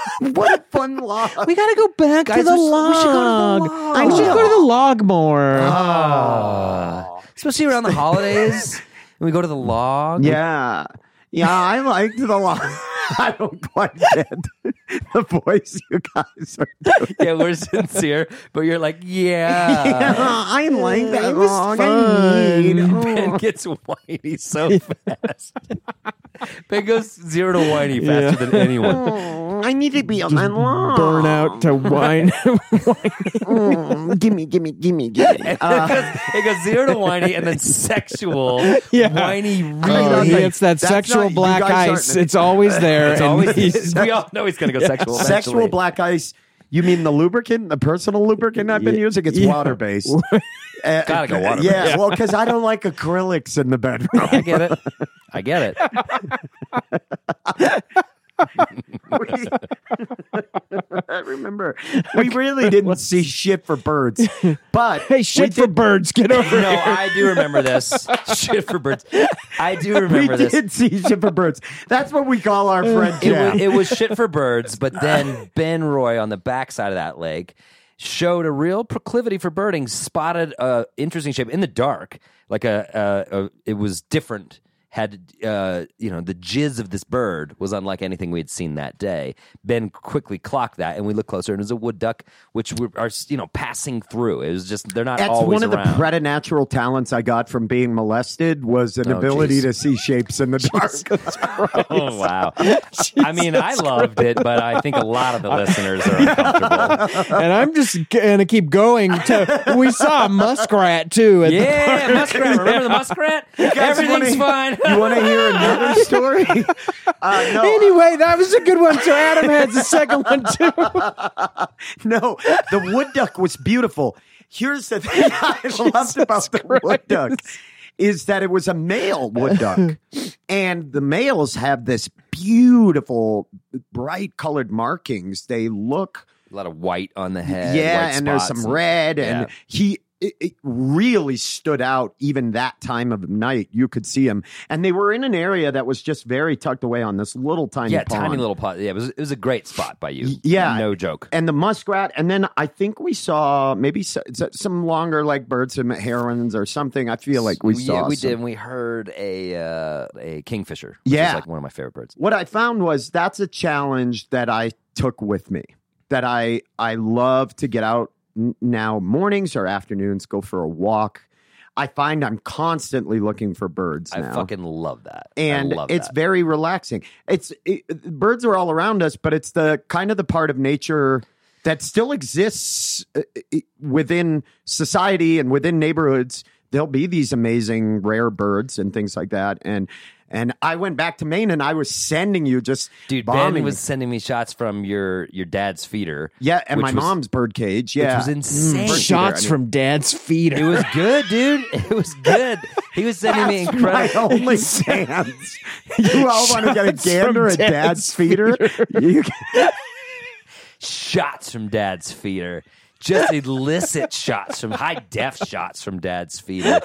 S5: [LAUGHS] what a fun log!
S2: we gotta go back [LAUGHS] to
S4: Guys,
S2: the
S4: we should-
S2: log.
S4: we should go to the
S2: I
S4: log.
S2: should go to the log more.
S4: Uh, especially around the holidays, and we go to the log.
S5: Yeah. Yeah, I liked the log. [LAUGHS] I don't quite get the voice you guys
S4: [LAUGHS]
S5: are doing.
S4: [LAUGHS] yeah, we're sincere, but you're like,
S2: [LAUGHS]
S5: Yeah,
S4: yeah.
S5: I like that
S2: was
S5: log. I
S2: fun.
S4: [LAUGHS]
S5: need.
S4: Ben gets whiny so fast. ben goes zero to whiny faster than anyone.
S2: [LAUGHS]
S5: Oh, I need to be on that log.
S2: Burn out
S5: [LAUGHS]
S2: to wine.
S5: Mm, [LAUGHS] gimme, gimme, gimme, gimme. Uh,
S4: it goes zero to whiny and then sexual
S2: Yeah.
S4: whiny. Really,
S2: [LAUGHS] oh, he hits that
S5: That's
S2: sexual
S5: not- you
S2: black
S5: guys
S2: ice.
S5: aren't- [LAUGHS]
S2: It's always there.
S4: it's
S2: and [LAUGHS]
S4: always
S2: he's-
S4: we all know he's gonna go sexual.
S5: Uh, sexual
S4: eventually.
S5: black ice. You mean the lubricant, the personal lubricant I've been using? It's
S2: Yeah.
S5: water based.
S4: Gotta go water-based.
S5: Yeah, well, because I don't like acrylics in the bedroom.
S4: [LAUGHS] I get it. I get
S5: [LAUGHS]
S4: it.
S5: We- I remember. We really didn't see shit for birds, but
S2: Hey, shit
S5: we
S2: for birds, get over
S4: No,
S2: here.
S4: I do
S5: [LAUGHS]
S4: remember this. Shit for birds. I do
S5: did,
S4: remember
S5: [LAUGHS] we
S4: this.
S5: did see shit for birds. That's what we call our friend
S4: It,
S5: Jeff.
S4: was, it was shit for birds,
S5: [LAUGHS]
S4: but then Ben Roy on the backside of that lake showed a real proclivity for birding. Spotted a interesting shape in the dark, like a, a, a it was different. had, uh, you know, the jizz of this bird was unlike anything we had seen that day. Ben quickly clocked that, and we looked closer, and it was a wood duck, which were, are, you know, passing through. It was just, they're not
S5: That's
S4: always
S5: one of
S4: around.
S5: the preternatural talents I got from being molested was an
S4: Oh,
S5: ability
S4: geez.
S5: to see shapes in the dark.
S4: Oh
S5: [LAUGHS]
S4: wow! I mean, I loved it, but I think a lot of the listeners are uncomfortable.
S2: and I'm just going to keep going. To, we saw a muskrat too. At
S4: Yeah, muskrat. Remember the muskrat? Everything's fine. [LAUGHS]
S5: you want to hear [LAUGHS] another story? Uh,
S2: The,
S5: no,
S2: anyway, that was a good one. So Adam has the second [LAUGHS] one too.
S5: no. The wood duck was beautiful. Here's the thing [LAUGHS] I loved about the wood duck is that it was a male wood [LAUGHS] duck, and the males have this beautiful, bright colored markings. They look
S4: a lot of white on the head.
S5: yeah,
S4: white
S5: and there's
S4: spots.
S5: some red, and
S4: yeah.
S5: he it, it really stood out even that time of night. You could see him, and they were in an area that was just very tucked away on this little tiny
S4: Yeah,
S5: pond.
S4: tiny little pot. Yeah, it was it was a great spot by you.
S5: Y- yeah.
S4: no joke.
S5: and the muskrat, and then I think we saw maybe so- so- some longer like birds, some herons or something. I feel like we saw.
S4: yeah, we
S5: some-
S4: did. And we heard a uh, a kingfisher. Which
S5: Yeah.
S4: is like one of my favorite birds.
S5: What I found was that's a challenge that I took with me. That I I love to get out n- now mornings or afternoons, go for a walk. I find I'm constantly looking for birds
S4: I
S5: now.
S4: fucking love that. I
S5: and
S4: love
S5: it's
S4: that.
S5: very relaxing. It's it, birds are all around us, but it's the kind of the part of nature that still exists uh, uh, within society and within neighborhoods. There'll be these amazing rare birds and things like that. And and I went back to Maine and I was sending you just
S4: dude.
S5: bombing.
S4: Ben was sending me shots from your your dad's feeder.
S5: yeah, and
S4: which
S5: my
S4: was-
S5: mom's bird cage.
S4: which
S5: Yeah,
S4: was insane.
S2: Shots from Dad's feet.
S4: It was good, dude. [LAUGHS] It was good. He was sending me
S5: [LAUGHS] my
S4: incredible. [LAUGHS]
S5: only [LAUGHS] chance. you all want to get a
S2: Shots from
S5: gander at
S2: Dad's
S5: dad's feeder? You
S4: shots from dad's feeder. Just illicit shots from high def shots from dad's feeder.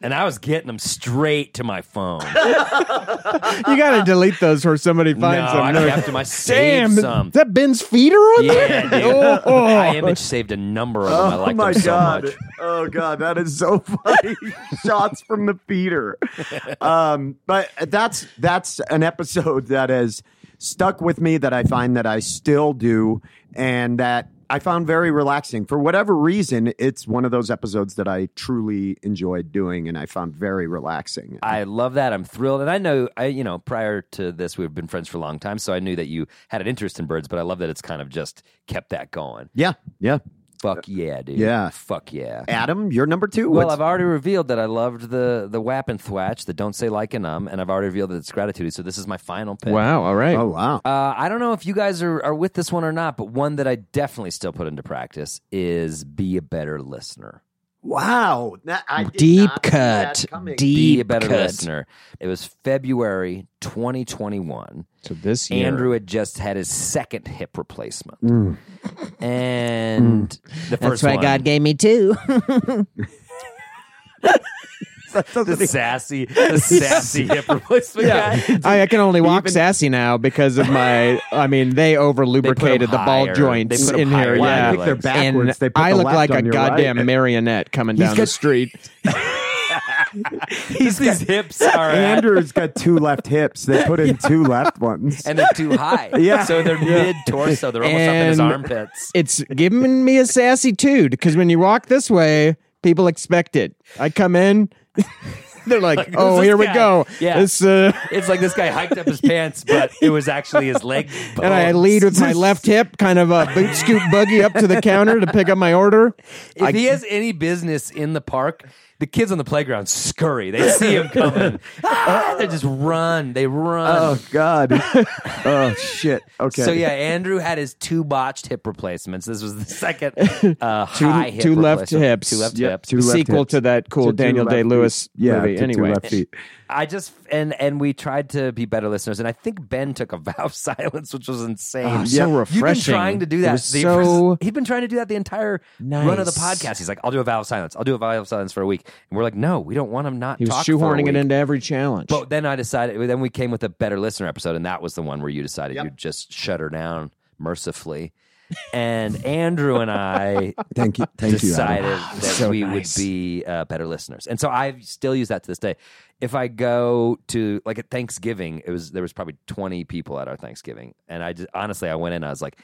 S4: And I was getting them straight to my phone.
S2: You got to delete those or somebody finds
S4: no, I
S2: them.
S4: kept them. I
S2: [LAUGHS] Damn,
S4: saved some.
S2: is that Ben's feeder on
S4: yeah,
S2: there?
S4: dude.
S2: [LAUGHS] Oh.
S4: I image saved a number of them. I like them so much.
S5: Oh god, that is so [LAUGHS] funny. Shots from the feeder. Um, but that's that's an episode that has stuck with me that I find that I still do and that I found very relaxing. For whatever reason, it's one of those episodes that I truly enjoyed doing and I found very relaxing.
S4: I love that. I'm thrilled, and I know I, you know, prior to this, we've been friends for a long time, so I knew that you had an interest in birds. But I love that it's kind of just kept that going.
S5: yeah, yeah.
S4: Fuck yeah, dude.
S5: Yeah.
S4: Fuck yeah.
S5: Adam, you're number two.
S4: Well,
S5: What's-
S4: I've already revealed that I loved the the Wap and Thwatch, the Don't Say Like and Um, and I've already revealed that it's gratitude. So this is my final
S2: [LAUGHS]
S4: pick.
S2: Wow. All right.
S5: oh wow.
S4: Uh, I don't know if you guys are, are with this one or not, but one that I definitely still put into practice is be a better listener.
S5: Wow. That- I did
S2: Deep
S5: not see that
S2: cut.
S5: coming.
S2: Deep
S4: Be a better
S2: cut.
S4: listener. It was February 2021.
S2: So this
S4: Andrew had just had his second hip replacement,
S5: Mm.
S4: and the first one,
S2: Oh gave me
S4: [LAUGHS]
S2: two.
S4: the sassy,
S5: [LAUGHS]
S4: the sassy hip replacement guy.
S2: I, I can only walk sassy now because of my. I mean,
S4: [LAUGHS]
S2: they over lubricated the ball
S4: higher. They
S2: joints
S4: put 'em
S2: in here.
S4: higher. Wow, I
S2: Yeah,
S4: think they're
S5: backwards.
S2: And
S5: They put
S2: I
S5: the
S2: look
S5: left
S2: like a
S5: on your
S2: goddamn
S5: right.
S2: marionette coming down the
S5: got-
S2: street.
S4: He's these hips are at-
S5: [LAUGHS] Andrew's got two left hips. They put in two left ones.
S4: and they're too
S2: [LAUGHS]
S4: high.
S5: Yeah.
S4: So they're mid torso. They're almost up in his
S2: And-
S4: armpits.
S2: It's giving me a sassy toot because when you walk this way, people expect it. I come in. [LAUGHS] They're like,
S4: Like, who's
S2: oh,
S4: this
S2: here we
S4: guy?"
S2: go.
S4: Yeah.
S2: This, uh,
S4: It's like this guy
S2: [LAUGHS]
S4: hiked up his pants, but it was actually his leg.
S2: and
S4: Oh.
S2: I
S5: [LAUGHS]
S2: lead with my left hip, kind of a boot scoop buggy up to the counter to pick up my order.
S4: If he has any business in the park, the kids on the playground scurry. They
S2: [LAUGHS]
S4: see him coming. Ah, they just run. They run.
S5: Oh God. oh shit. Okay.
S4: So yeah, Andrew had his two botched hip replacements. This was
S2: [LAUGHS]
S4: the second uh, high hip
S2: two left
S4: replacement.
S2: hips.
S4: Two left
S2: Yep,
S4: hips.
S5: Two left
S2: sequel
S5: hips.
S2: to that cool
S5: To two
S2: Daniel
S5: left
S2: Day Lewis
S5: feet. Yeah,
S2: movie.
S5: to two
S2: Anyway,
S5: left feet.
S4: I just and and we tried to be better listeners, and I think Ben took a [LAUGHS] vow of silence, which was insane.
S2: Oh, so
S4: You've been
S2: refreshing.
S4: trying to do
S2: It
S4: that.
S2: was
S4: the-
S2: so-
S4: he'd been trying to do that the entire run of the
S2: Nice.
S4: podcast. He's like, "I'll do a vow of silence. I'll do a vow of silence for a week," and we're like, "No, we don't want him not."
S2: he was
S4: talk for a
S2: shoehorning
S4: week."
S2: it into every challenge.
S4: But then I decided. Then we came with a better listener episode, and that was the one where you decided you'd just shut her down mercifully. and Andrew
S2: [LAUGHS]
S4: and I
S5: Thank you. Thank
S4: decided
S5: you. Adam. Ah,
S4: that
S5: So
S4: we
S5: nice.
S4: would be uh, better listeners, and so I still use that to this day. If I go to like at Thanksgiving, it was there was probably twenty people at our Thanksgiving, and I just honestly I went in, I was like,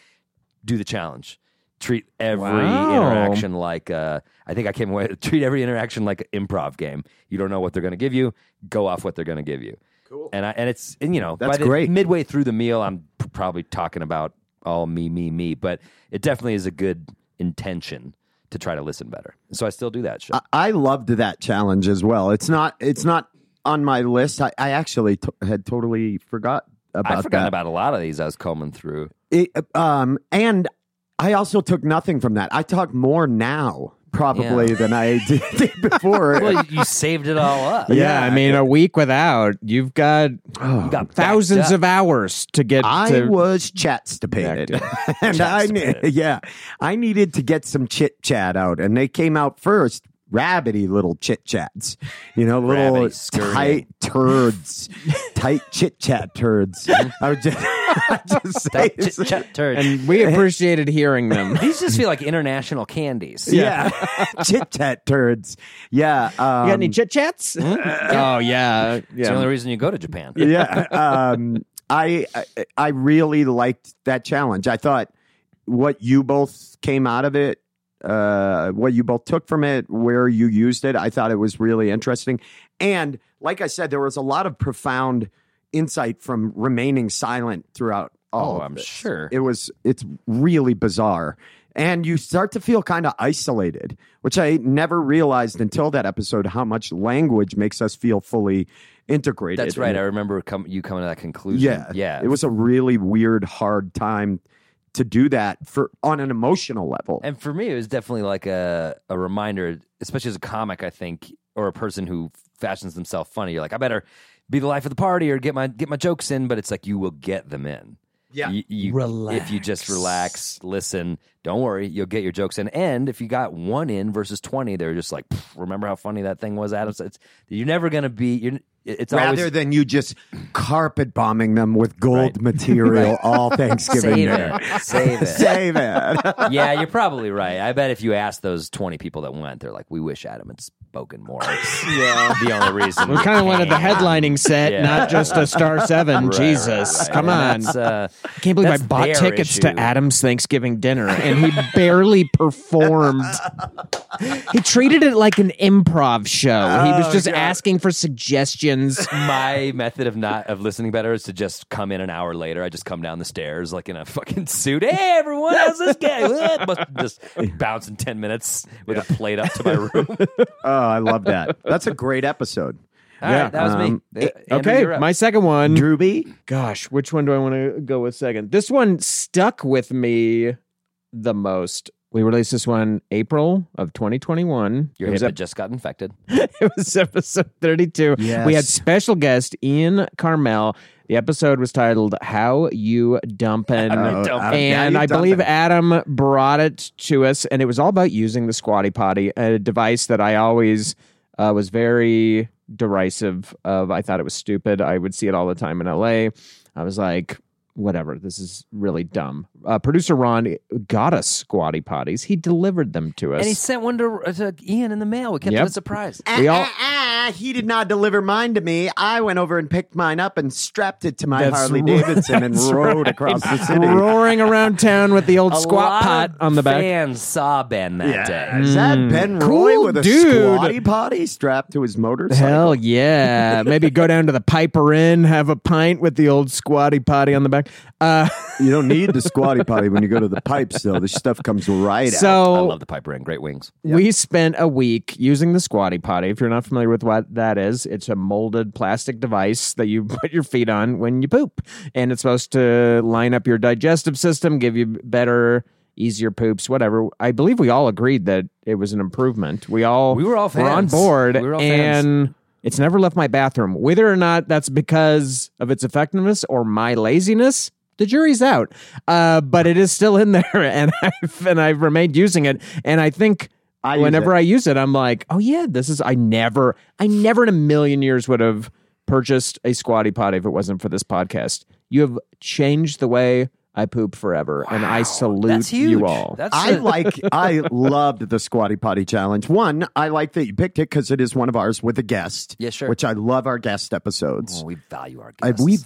S4: do the challenge. Treat every
S2: Wow.
S4: interaction like uh, I think I came away. [LAUGHS] Treat every interaction like an improv game. You don't know what they're going to give you. Go off what they're going to give you. Cool. And I and it's and you know
S5: That's
S4: by the,
S5: great.
S4: Midway through the meal, I'm p- probably talking about all me, me, me, but it definitely is a good intention to try to listen better. So I still do that shit.
S5: I, I loved that challenge as well. It's not. It's not on my list. I, I actually t- had totally forgot about
S4: I've forgotten
S5: that.
S4: about a lot of these I was combing through.
S5: it, um, and I also took nothing from that. I talk more now probably
S4: Yeah.
S5: than I did, [LAUGHS] before.
S4: Well, [LAUGHS] you saved it all up.
S2: Yeah, I mean, a week without, you've got, oh,
S4: got backed
S2: thousands
S4: up.
S2: of hours to get.
S5: I
S2: to,
S5: was chat stipated, [LAUGHS] and I ne-
S4: Chat-stipated.
S5: yeah, I needed to get some chit chat out, and they came out first. Rabbity little chit chats, you know, little
S4: Rabbity scurrying.
S5: tight turds,
S2: [LAUGHS]
S5: tight chit chat turds. I would just, [LAUGHS] I just say,
S4: That chit chat turd.
S2: and
S4: [LAUGHS]
S2: we appreciated hearing them.
S4: these just feel like international candies.
S5: yeah, [LAUGHS] chit chat turds. Yeah, um,
S2: You got any chit chats?
S4: [LAUGHS]
S2: Oh yeah,
S4: It's the only
S2: yeah.
S4: reason you go to Japan.
S5: yeah.
S4: [LAUGHS]
S5: Um, I, I I really liked that challenge. I thought what you both came out of it, uh, what you both took from it, where you used it. I thought it was really interesting. And like I said, there was a lot of profound insight from remaining silent throughout. All
S4: Oh,
S5: of
S4: I'm
S5: this.
S4: sure.
S5: it was. It's really bizarre. And you start to feel kind of isolated, which I never realized until that episode how much language makes us feel fully integrated.
S4: That's
S5: in
S4: right.
S5: it.
S4: I remember com- you coming to that conclusion.
S5: Yeah,
S4: Yeah.
S5: It was a really weird, hard time to do that for on an emotional level.
S4: And for me, it was definitely like a, a reminder, especially as a comic, I think, or a person who fashions themselves funny. You're like, I better be the life of the party or get my get my jokes in. But it's like you will get them in.
S1: Yeah.
S4: You, you- If you just relax, listen, don't worry, you'll get your jokes in. And if you got one in versus twenty, they're just like, "Pff, remember how funny that thing was, Adam? So It's, you're never gonna be. You're, it's
S5: Rather
S4: always
S5: than you just carpet bombing them with gold material all Thanksgiving
S4: save
S5: dinner.
S4: it, save it.
S5: Save it. [LAUGHS]
S4: yeah, you're probably right. I bet if you ask those 20 people that went, they're like, we wish Adam had spoken [LAUGHS] more. It's the only reason.
S2: We kind of wanted the headlining set,
S4: Yeah.
S2: not just a
S4: [LAUGHS]
S2: star seven. Jesus, come on! I can't believe I
S4: uh, that's
S2: bought
S4: their
S2: tickets
S4: issue.
S2: to Adam's Thanksgiving
S4: [LAUGHS]
S2: dinner and he barely performed. He treated it like an improv show. he
S4: Oh,
S2: was just asking for suggestions.
S4: my method of not of listening better is to just come in an hour later. I just come down the stairs like in a fucking suit. Hey, everyone, how's this guy? [LAUGHS] What? Must just bounce in ten minutes with a plate up to my room. [LAUGHS] All right,
S5: Oh, I love that. That's a great episode.
S4: that was
S5: Um,
S4: me. Andrew,
S2: Okay,
S4: you're up.
S2: my second one.
S5: Drewby,
S2: Gosh, which one do I want to go with second? This one stuck with me the most. We released this one April of 2021.
S4: your
S2: it,
S4: hip
S2: was
S4: had
S2: ep-
S4: just got infected.
S2: [LAUGHS] it was episode 32. We had
S5: Yes.
S2: special guest Ian Carmel. The episode was titled "How You Dumpin',"
S5: Oh,
S4: Dump.
S5: uh,
S2: and
S5: yeah,
S2: I
S5: you've done
S2: believe
S5: that.
S2: Adam brought it to us, and it was all about using the squatty potty, a device that I always uh, was very derisive of. I thought it was stupid. I would see it all the time in LA. I was like, whatever, this is really dumb. Uh, Producer Ron got us squatty potties. He delivered them to us.
S4: And he sent one to, uh, to Ian in the mail. We kept
S2: Yep.
S4: it a [LAUGHS] surprise.
S2: we all.
S5: Ah, ah, ah, he did not deliver mine to me. I went over and picked mine up and strapped it to my
S2: That's
S5: Harley
S2: right.
S5: Davidson and rode across
S2: [LAUGHS]
S5: the city.
S2: Roaring around town with the old
S4: A
S2: squat
S4: lot
S2: pot
S4: of
S2: on the back.
S4: Fans saw Ben that day.
S5: Is that Ben
S2: Hmm. Cool
S5: Roy with a
S2: dude.
S5: squatty potty strapped to his motorcycle?
S2: Hell yeah. Maybe go down to the Piper Inn, have a pint with the old squatty potty on the back. Uh,
S5: You don't need the squatty potty when you go to the pipes, though. This stuff comes right out.
S4: I
S2: so
S4: love the Piper and Great Wings.
S2: we spent a week using the squatty potty. If you're not familiar with what that is, it's a molded plastic device that you [LAUGHS] put your feet on when you poop. And it's supposed to line up your digestive system, give you better, easier poops, whatever. I believe we all agreed that it was an improvement. We all
S4: We were all
S2: on
S4: fans.
S2: board.
S4: We were all fans.
S2: and it's never left my bathroom. Whether or not that's because of its effectiveness or my laziness, the jury's out. Uh, but it is still in [LAUGHS] there, and I've and I've remained using it. And I think
S5: I use
S2: whenever I use it, I'm like, oh yeah, this is. I never, I never in a million years would have purchased a squatty potty if it wasn't for this podcast. You have changed the way. I poop forever, and I salute
S4: That's huge.
S2: you all.
S4: That's
S5: I
S4: a-
S5: like, I loved the squatty potty challenge. One, I like that you picked it because it is one of ours with a guest.
S4: Yeah, sure.
S5: Which I love our guest episodes.
S4: Oh, we value our
S5: I-
S4: guests.
S5: we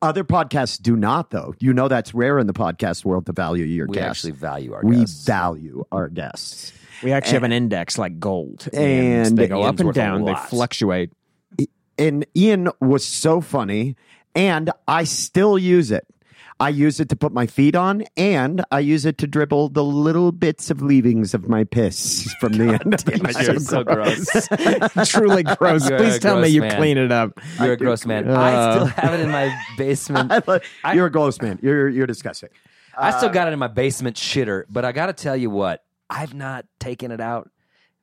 S5: other podcasts do not though. You know that's rare in the podcast world to value your
S4: we
S5: guests.
S4: actually value our
S5: we
S4: guests.
S5: value our guests.
S2: we actually have an index like gold,
S5: and
S2: they go
S5: the end's
S2: up and
S4: worth a
S2: down. They
S4: lot.
S2: fluctuate.
S5: and Ian was so funny, and I still use it. I use it to put my feet on, and I use it to dribble the little bits of leavings of my piss from
S2: [LAUGHS]
S5: the end of it.
S4: You're so gross.
S2: Truly gross.
S4: You're a
S2: Please tell me
S4: gross
S2: you
S4: man.
S2: clean it up. Uh,
S4: You're a gross man. I still
S2: [LAUGHS]
S4: have it in my
S5: [LAUGHS]
S4: basement.
S5: I love- you're a ghost man. You're you're disgusting.
S4: I still got it in my basement shitter, but I got to tell you what, I've not taken it out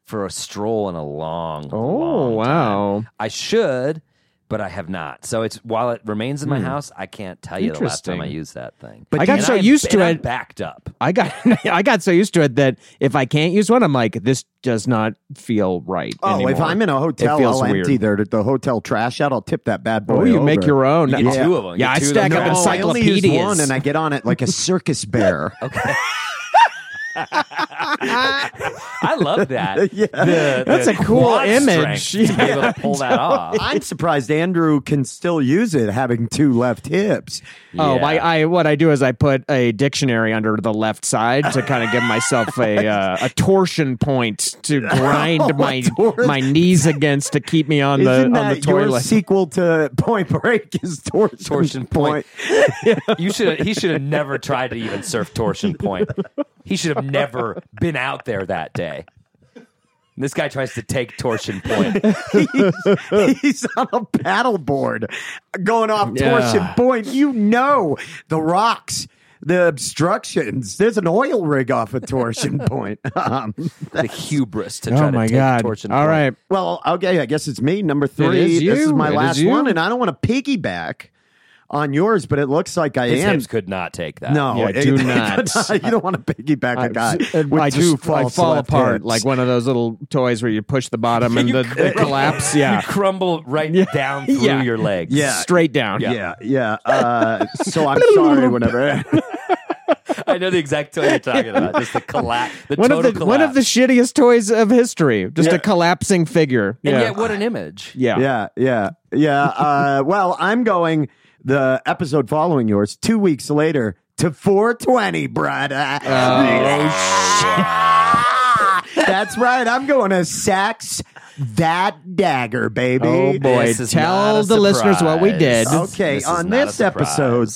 S4: for a stroll in a long,
S2: Oh
S4: long time.
S2: wow!
S4: I should, but I have not. So it's while it remains in my house, I can't tell you the last time I
S2: Hmm. Interesting.
S4: used that thing.
S2: But I got
S4: And
S2: so
S4: I'm-
S2: used to
S4: and I'm
S2: it-
S4: backed up.
S2: I got [LAUGHS] I got so used to it that if I can't use one, I'm like, this does not feel right.
S5: Oh, if
S2: anymore.
S5: I'm in a hotel,
S2: It feels
S5: I'll empty
S2: weird.
S5: their the hotel trash out. I'll tip that bad boy.
S2: Oh, you
S5: over.
S2: make your own.
S4: You get two of 'em.
S2: Yeah,
S4: Get
S2: I
S4: two of
S2: stack
S4: them.
S2: up
S4: No,
S5: I only use
S2: encyclopedias.
S5: one, and I get on it like a
S2: [LAUGHS]
S5: circus bear.
S4: I
S2: [LAUGHS]
S4: love that.
S5: Yeah.
S4: The-
S2: That's
S4: the
S2: a cool
S4: quad
S2: image.
S4: strength To be able to pull that off. [LAUGHS]
S5: I'm surprised Andrew can still use it, having two left hips.
S2: Oh,
S4: Yeah.
S2: my, I what I do is I put a dictionary under the left side to kind of give myself a uh, a torsion point to grind my
S5: torsion.
S2: my knees against to keep me on
S5: Isn't
S2: the
S5: that
S2: on the
S5: your
S2: toilet.
S5: sequel to Point Break? Is torsion,
S4: torsion point.
S5: point.
S4: you should he should have never tried to even surf torsion point. He should have never been out there that day. This guy tries to take torsion
S2: [LAUGHS]
S4: point.
S5: he's, [LAUGHS] he's on a paddleboard going off torsion
S2: Yeah.
S5: point. You know the rocks, the obstructions. There's an oil rig off a
S2: [LAUGHS]
S5: torsion point. [LAUGHS] Um,
S4: The hubris to try
S2: oh
S4: to
S2: my
S4: take
S2: god!
S4: torsion
S2: All
S4: point.
S2: right,
S5: well, okay, I guess it's me, number three.
S2: is
S5: This is
S2: you.
S5: my
S2: It is
S5: last
S2: you.
S5: one, and I don't want to piggyback on yours, but it looks like I
S4: His
S5: am.
S4: hips could not take that. [LAUGHS]
S5: No,
S2: Yeah,
S5: [LAUGHS] it-
S2: do
S5: they could
S2: not.
S5: not. You don't want to piggyback a guy
S2: [LAUGHS]
S5: with
S2: I
S5: two
S2: just I
S5: false
S2: fall
S5: left
S2: apart
S5: hips.
S2: like one of those little toys where you push the
S4: [LAUGHS]
S2: bottom and the, the collapse.
S4: You
S2: Yeah,
S4: crumble right down through
S2: [LAUGHS] Yeah.
S4: your legs.
S5: Yeah.
S2: straight down.
S5: Yeah, yeah. Uh, so I'm sorry, whenever.
S4: [LAUGHS] I know the exact toy you're talking about. Just the collapse. The
S2: One of
S4: total
S2: the one of the
S4: collapse.
S2: shittiest toys of history. Just a collapsing figure.
S4: and
S2: yeah.
S4: yet, what an image.
S2: yeah.
S5: yeah, yeah, yeah. Uh, well, I'm going the episode following yours two weeks later to 420, brother. [LAUGHS] That's right. I'm going to sax that dagger, baby.
S2: Oh boy!
S4: This is not
S2: Tell
S4: a
S2: the listeners what we did.
S4: surprise.
S5: Okay,
S4: This is
S5: on
S4: not a
S5: this
S4: surprise.
S5: episode,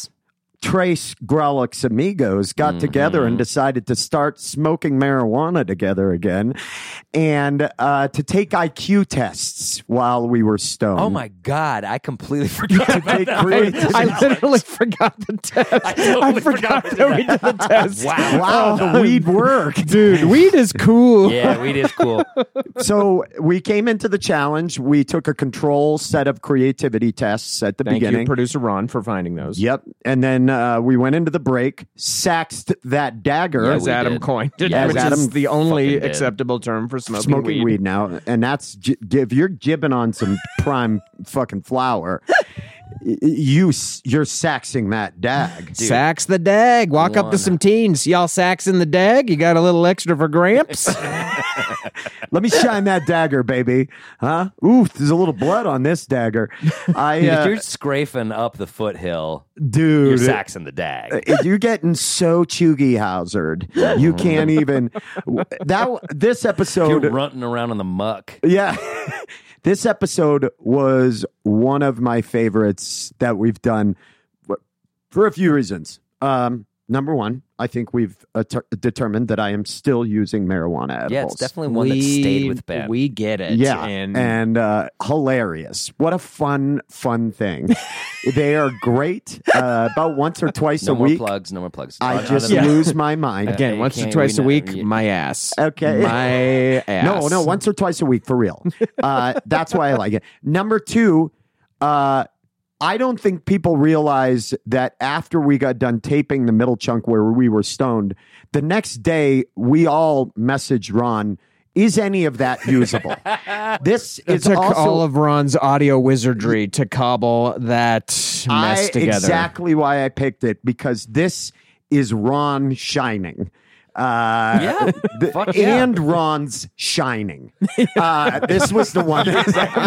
S5: Trace Grolick's amigos
S4: Mm-hmm.
S5: got together and decided to start smoking marijuana together again and uh, to take IQ tests while we were stoned.
S4: Oh my god! I completely [LAUGHS] forgot about
S5: They
S4: that.
S5: created-
S2: [LAUGHS] I
S5: [LAUGHS]
S2: literally forgot the test. I,
S4: totally
S2: forgot,
S4: forgot we
S2: that we did
S4: did
S2: the
S4: [LAUGHS]
S2: test.
S4: [LAUGHS] Wow.
S5: Wow, the weed [LAUGHS] worked.
S2: Dude, weed
S4: [LAUGHS]
S2: is cool.
S4: Yeah, weed is
S5: [LAUGHS]
S4: cool.
S5: So we came into the challenge. We took a control set of creativity tests at the
S2: Thank
S5: beginning.
S2: you, producer Ron, for finding those.
S5: yep. And then uh, we went into the break, saxed that dagger.
S4: Yeah,
S2: As
S4: we
S2: Adam
S4: did.
S2: coined it,
S4: Yeah,
S2: which
S5: we
S2: is
S5: did.
S2: the only
S4: Fucking did.
S2: acceptable term for smoking,
S5: smoking weed.
S2: weed.
S5: now, and that's gi- if you're gibbing on some [LAUGHS] prime fucking flour, y- you s- you're saxing that dag.
S2: Sacks the dag. Walk up to
S4: One.
S2: some teens. Y'all sacks in the dag. You got a little extra for
S4: [LAUGHS]
S2: Gramps.
S5: Let me shine that dagger, baby. Huh? Ooh, there's a little blood on this
S4: [LAUGHS]
S5: dagger. I
S4: If
S5: uh,
S4: you're scraping up the foothill, you're
S5: dude.
S4: saxing the dag.
S5: if you're getting so chuggy housered, you can't
S4: [LAUGHS]
S5: even. That this
S4: You're
S5: episode,
S4: runting around in the muck.
S5: yeah, [LAUGHS] this episode was one of my favorites that we've done w- for a few reasons. Um, number one, I think we've uh, ter- determined that I am still using marijuana edibles.
S4: Yeah, it's definitely one that stayed with Ben.
S2: We get it.
S5: Yeah, and,
S2: And,
S5: uh, hilarious. What a fun, fun
S4: [LAUGHS]
S5: thing. they are great. Uh, about once or twice
S4: no
S5: a
S4: more
S5: week,
S4: plugs. No more plugs.
S5: I
S4: On-
S5: just
S4: on the-
S5: lose my
S4: [LAUGHS]
S5: mind.
S2: again,
S4: Yeah,
S2: once
S4: you
S2: or
S4: can't-
S2: twice
S4: we
S2: a week,
S4: know-
S2: my ass.
S5: Okay.
S2: My ass.
S5: [LAUGHS] No, no, once or twice a week for
S2: [LAUGHS]
S5: real. Uh, that's why I like it. Number two, uh, I don't think people realize that after we got done taping the middle chunk where we were stoned, the next day we all messaged Ron. Is any of that
S2: [LAUGHS]
S5: usable? this
S2: It
S5: is
S2: took
S5: also
S2: all of Ron's audio wizardry to cobble that mess
S5: I,
S2: together.
S5: Exactly why I picked it because this is Ron shining. Uh,
S4: Yeah.
S5: the-
S4: Fuck yeah.
S5: and Ron's
S4: [LAUGHS]
S5: shining. Uh, this was the one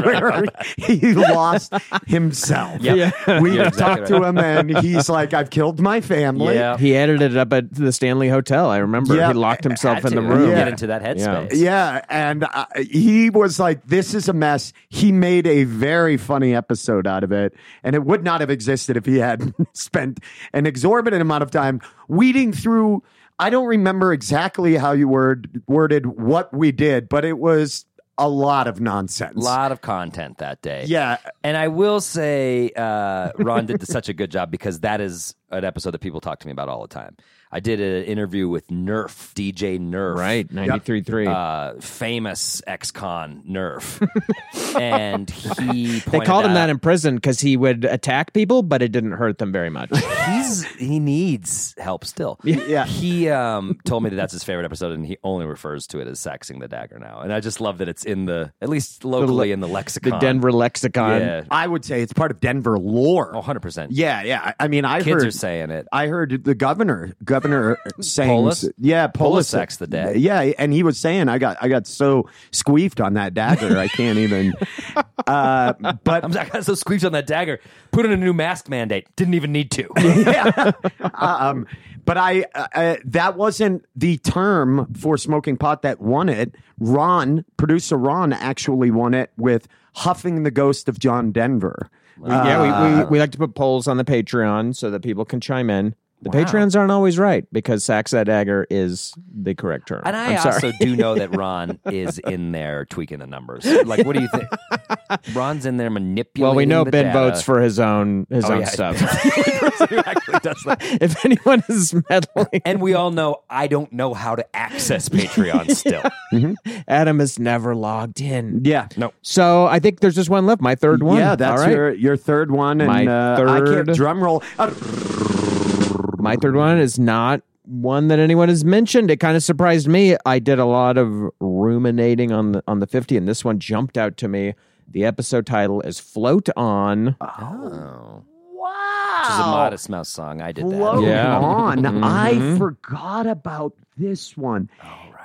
S5: where he lost himself.
S4: Yeah.
S5: We
S4: You're exactly
S5: talked to him, and he's like, "I've killed my family."
S4: Yeah.
S2: He edited it up at the Stanley Hotel. I remember
S5: Yeah.
S2: he locked himself
S4: Had
S2: in the
S4: to
S2: room.
S4: Get
S5: Yeah.
S4: into that
S2: Yeah.
S4: headspace.
S5: Yeah, and uh, he was like, "This is a mess." He made a very funny episode out of it, and it would not have existed if he had [LAUGHS] spent an exorbitant amount of time weeding through. I don't remember exactly how you word worded what we did, but it was a lot of nonsense.
S4: lot of content that day.
S5: Yeah,
S4: And I will say, uh, Ron did [LAUGHS] such a good job because that is an episode that people talk to me about all the time. I did an interview with Nerf, DJ Nerf.
S2: Right, 93.3.
S4: Uh, famous ex-con
S2: [LAUGHS]
S4: Nerf. and he
S2: they
S4: pointed
S2: called him
S4: out-
S2: that in prison because he would attack people, but it didn't hurt them very much.
S4: he's he needs help still.
S5: Yeah.
S4: He um told me that that's his favorite episode and he only refers to it as saxing the dagger now. And I just love that it's in the at least locally in the lexicon.
S2: the Denver lexicon.
S4: Yeah.
S5: I would say it's part of Denver lore.
S4: Oh, 100%.
S5: Yeah, yeah. I I mean, I
S4: Kids
S5: heard
S4: are saying it.
S5: I heard the governor,
S4: [GASPS]
S5: governor saying,
S4: Polis?
S5: yeah,
S4: Polisak's the dad.
S5: Yeah, and he was saying, I got, I got so squeefed on that dagger, I can't
S4: [LAUGHS]
S5: even. [LAUGHS] Uh, but
S4: I'm I got so squeezed on that dagger. Put in a new mask mandate. Didn't even
S2: [LAUGHS]
S4: need to.
S5: yeah. um, but I, uh, uh, that wasn't the term for smoking pot that won it. Ron, producer Ron, actually won it with huffing the ghost of John Denver.
S2: yeah,
S4: Ah.
S2: we, we, we like to put polls on the Patreon so that people can chime in. The Patreons aren't always right because Sax That Dagger is the correct term.
S4: And I
S2: am sorry.
S4: also do know that Ron is in there tweaking the numbers. Like, what do you think?
S2: [LAUGHS]
S4: Ron's in there
S2: [LAUGHS]
S4: manipulating.
S2: well, we know
S4: the
S2: Ben
S4: data.
S2: votes for his own his
S4: Oh,
S2: own
S4: yeah. [LAUGHS]
S2: stuff.
S4: Who actually does that?
S2: [LAUGHS] if anyone is meddling, [LAUGHS]
S4: And we all know I don't know how to
S2: [LAUGHS]
S4: access Patreon still.
S2: Adam is never logged in.
S5: Yeah.
S4: No.
S2: So I think there's just one left. My third one.
S5: Yeah, that's
S2: All right.
S5: your your third one, and
S2: My
S5: uh, I
S2: third-
S5: can't drum roll. Uh,
S2: My third one is not one that anyone has mentioned. It kind of surprised me. I did a lot of ruminating on the on the 50 and this one jumped out to me. The episode title is Float On.
S4: Oh. Wow. Which is a Modest Mouse song. I did that.
S5: Float
S2: Yeah.
S5: on.
S2: Mhm.
S5: I forgot about this one.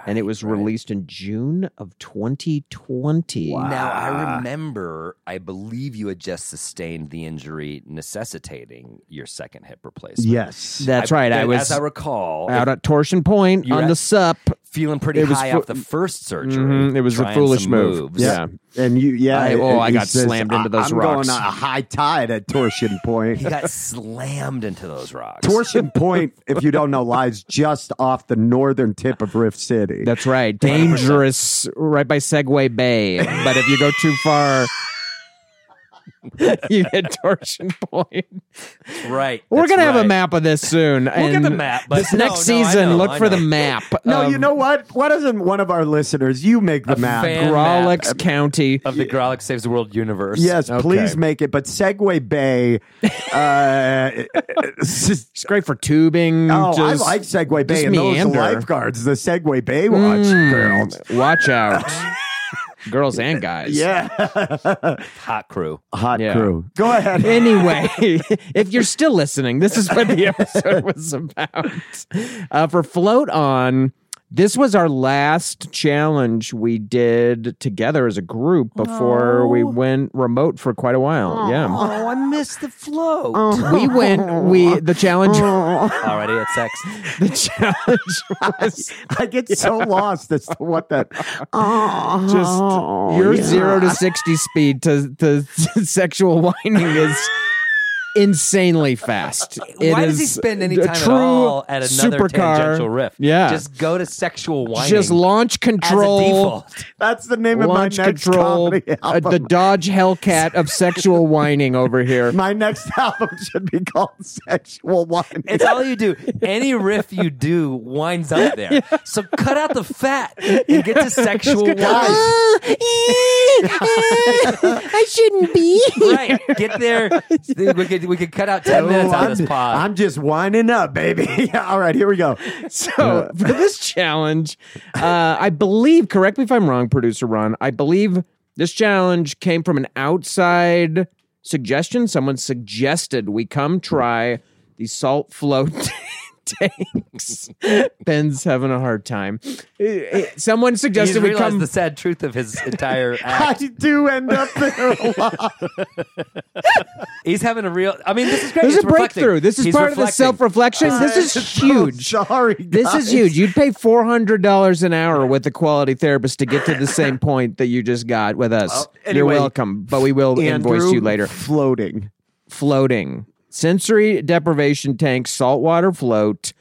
S2: and it was released in June of 2020.
S4: Now, I remember, I believe you had just sustained the injury necessitating your second hip replacement.
S5: Yes.
S2: That's right. I was
S4: As I recall,
S2: out at Torsion Point
S4: You
S2: on
S4: were
S2: the
S4: at-
S2: sup.
S4: feeling pretty
S2: It was
S4: high
S2: fo-
S4: off the first surgery.
S2: Mhm, It was a
S4: trying
S2: foolish
S4: some
S2: move.
S4: moves.
S2: Yeah.
S5: And you, yeah.
S2: I-
S5: and-
S2: oh,
S5: and
S2: I
S5: he
S2: got slammed into those
S5: I'm
S2: rocks."
S5: going on a high tide at
S2: [LAUGHS]
S5: Torsion Point.
S4: [LAUGHS] He got slammed into those rocks.
S5: Torsion Point, if you don't know, lies just off the northern tip of Rift City.
S2: That's
S4: [LAUGHS]
S2: right. Dangerous right by Segway Bay. But if you go too far, [LAUGHS] you hit Torsion Point.
S4: right.
S2: We're
S4: that's
S2: gonna have a
S4: right.
S2: map of this soon.
S4: We'll get
S2: and
S4: the map, but
S2: this
S4: no,
S2: next
S4: no, I
S2: season,
S4: know,
S2: look
S4: I
S2: for the
S4: know. [LAUGHS]
S2: map.
S5: no,
S2: of
S5: you know what? Why doesn't one of our listeners, you make the
S4: A
S5: map.
S4: fan-
S2: Grolix County.
S4: [LAUGHS] Of the Grolic Saves the World universe.
S5: Yes,
S2: Okay.
S5: please make it. But Segway
S2: [LAUGHS]
S5: Bay, uh,
S2: It's great for tubing.
S5: Oh,
S2: just-
S5: I like Segway Bay
S2: just
S5: and those
S2: meander.
S5: lifeguards, the Segway Bay watch
S2: Mm,
S5: girls.
S2: Watch
S4: [LAUGHS]
S2: out, girls and guys.
S5: Yeah.
S4: Hot [LAUGHS] crew.
S5: Hot
S2: Yeah.
S5: crew. Go ahead.
S2: Anyway, [LAUGHS] if you're still listening, this is what
S4: [LAUGHS]
S2: the episode was about. Uh, for Float On, this was our last challenge we did together as a group before we went remote for quite a while. Yeah.
S4: Oh, I missed the float.
S2: We went, we,
S5: [LAUGHS]
S2: the challenge,
S4: Already at sex.
S2: the challenge was
S5: [LAUGHS] I get so lost as to what that. Oh,
S2: just your
S5: yeah.
S2: zero to 60 speed to, to [LAUGHS] sexual whining is insanely fast. It
S4: [LAUGHS] Why does he
S2: is
S4: spend any
S2: a
S4: time at
S2: true
S4: all at another
S2: supercar.
S4: tangential riff?
S2: Yeah.
S4: Just go to sexual whining.
S2: Just launch
S4: as a
S2: control. [LAUGHS]
S4: default.
S5: [LAUGHS] That's the name of my
S2: Launch
S5: next
S2: control.
S5: comedy
S2: uh,
S5: album.
S2: the Dodge Hellcat of sexual whining over
S5: [LAUGHS]
S2: here. [LAUGHS]
S5: my next album should be called Sexual Wine.
S4: It's all you do. Any riff you do winds
S2: [LAUGHS]
S4: up there. So cut out the fat and get to sexual wine.
S2: I shouldn't be.
S4: [LAUGHS] Right. Get there. Look at could we could cut out ten
S2: Oh,
S4: minutes out
S5: Oh, I'm,
S4: of this pod.
S5: I'm just winding up, baby. [LAUGHS] All right, here we
S4: [LAUGHS]
S5: go.
S2: So [LAUGHS] for this challenge, uh, I believe, correct me if I'm wrong, producer Ron, I believe this challenge came from an outside suggestion. Someone suggested we come try the salt float [LAUGHS] tanks. Ben's having a hard time. Eh, eh, Someone
S4: You just
S2: suggested we
S4: realized
S2: come.
S4: the sad truth of his
S2: [LAUGHS]
S4: entire
S5: I
S4: act.
S5: do end up [LAUGHS] there a lot.
S4: He's having a real. I mean, this is great.
S2: This is
S4: He's
S2: a breakthrough.
S4: reflecting.
S2: This is
S4: He's
S2: part of the
S4: reflecting.
S2: self-reflection.
S5: Uh,
S2: this is huge.
S5: So sorry,
S2: This is
S5: guys.
S2: huge. You'd pay four hundred dollars an hour with a quality therapist to get to
S5: [LAUGHS]
S2: the same point that you just got with us. You're
S5: anyway,
S2: welcome, but we will invoice
S5: Andrew,
S2: you later.
S5: Floating.
S2: Floating, sensory deprivation tank, saltwater float.